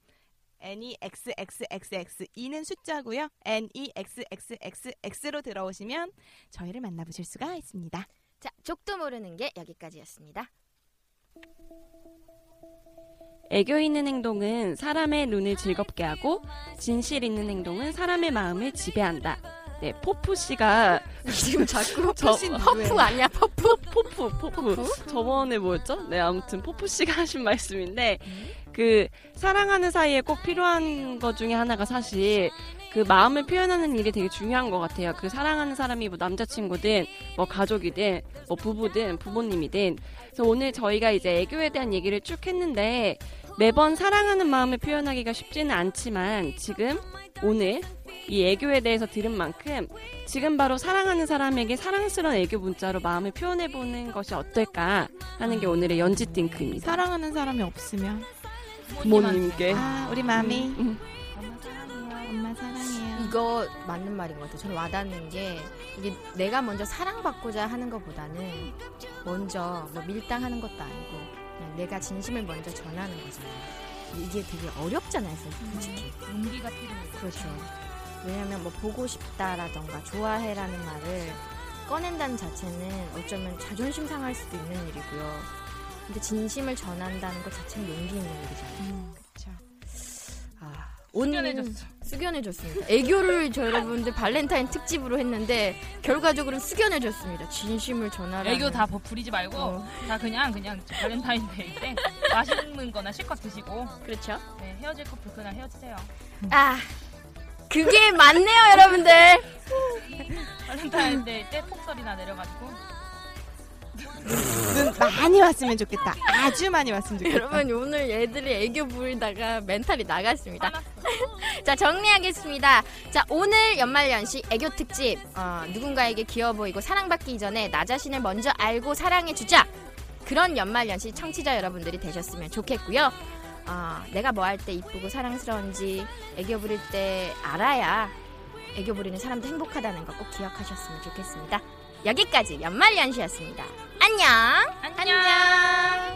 D: nexxxx 2는 숫자고요. nexxxx로 들어오시면 저희를 만나보실 수가 있습니다.
C: 자, 족도 모르는 게 여기까지였습니다.
I: 애교 있는 행동은 사람의 눈을 즐겁게 하고 진실 있는 행동은 사람의 마음을 지배한다. 네, 포프 씨가
C: 지금 자꾸
I: 저-
C: 퍼프 퍼프 아니야 퍼프
I: 포프 포프 저번에 뭐였죠? 네 아무튼 포프 씨가 하신 말씀인데 그 사랑하는 사이에 꼭 필요한 것 중에 하나가 사실 그 마음을 표현하는 일이 되게 중요한 것 같아요. 그 사랑하는 사람이 뭐 남자친구든 뭐 가족이든 뭐 부부든 부모님이든 그래서 오늘 저희가 이제 애교에 대한 얘기를 쭉 했는데 매번 사랑하는 마음을 표현하기가 쉽지는 않지만 지금 오늘 이 애교에 대해서 들은 만큼 지금 바로 사랑하는 사람에게 사랑스러운 애교 문자로 마음을 표현해보는 것이 어떨까 하는 게 오늘의 연지 띵크입니다.
D: 사랑하는 사람이 없으면
I: 부모님께.
D: 아, 우리 마미.
I: 음.
D: 엄마 사랑해요.
C: 이거 맞는 말인 것 같아요. 저는 와닿는 게 이게 내가 먼저 사랑받고자 하는 것보다는 먼저 뭐 밀당하는 것도 아니고 그냥 내가 진심을 먼저 전하는 거잖아요. 이게 되게 어렵잖아요,
B: 네.
C: 솔직히.
B: 용기가 필요해요.
C: 그렇죠. 왜냐면 뭐 보고 싶다라던가 좋아해라는 말을 꺼낸다는 자체는 어쩌면 자존심 상할 수도 있는 일이고요. 근데 진심을 전한다는 것 자체는 용기 있는 일이잖아요.
B: 음.
C: 그렇죠. 아,
B: 숙연해졌어.
C: 숙연해졌습니다. 애교를 저 여러분들 발렌타인 특집으로 했는데 결과적으로 숙연해졌습니다. 진심을 전하라.
B: 애교 다 버- 부리지 말고 다 그냥 그냥 저 발렌타인데이 때 맛있는 거나 실컷 드시고
C: 그렇죠.
B: 네, 헤어질 커플 그날 헤어지세요.
C: 아 그게 맞네요, 여러분들.
B: 발렌타인데이 때 폭설이나 내려가지고
D: 눈 많이 왔으면 좋겠다. 아주 많이 왔으면 좋겠다.
C: 여러분 오늘 애들이 애교 부리다가 멘탈이 나갔습니다. 자 정리하겠습니다. 자 오늘 연말연시 애교 특집 어, 누군가에게 귀여워 보이고 사랑받기 이전에 나 자신을 먼저 알고 사랑해주자 그런 연말연시 청취자 여러분들이 되셨으면 좋겠고요. 어, 내가 뭐 할 때 이쁘고 사랑스러운지 애교 부릴 때 알아야 애교 부리는 사람도 행복하다는 거 꼭 기억하셨으면 좋겠습니다. 여기까지 연말연시였습니다. 안녕. 안녕.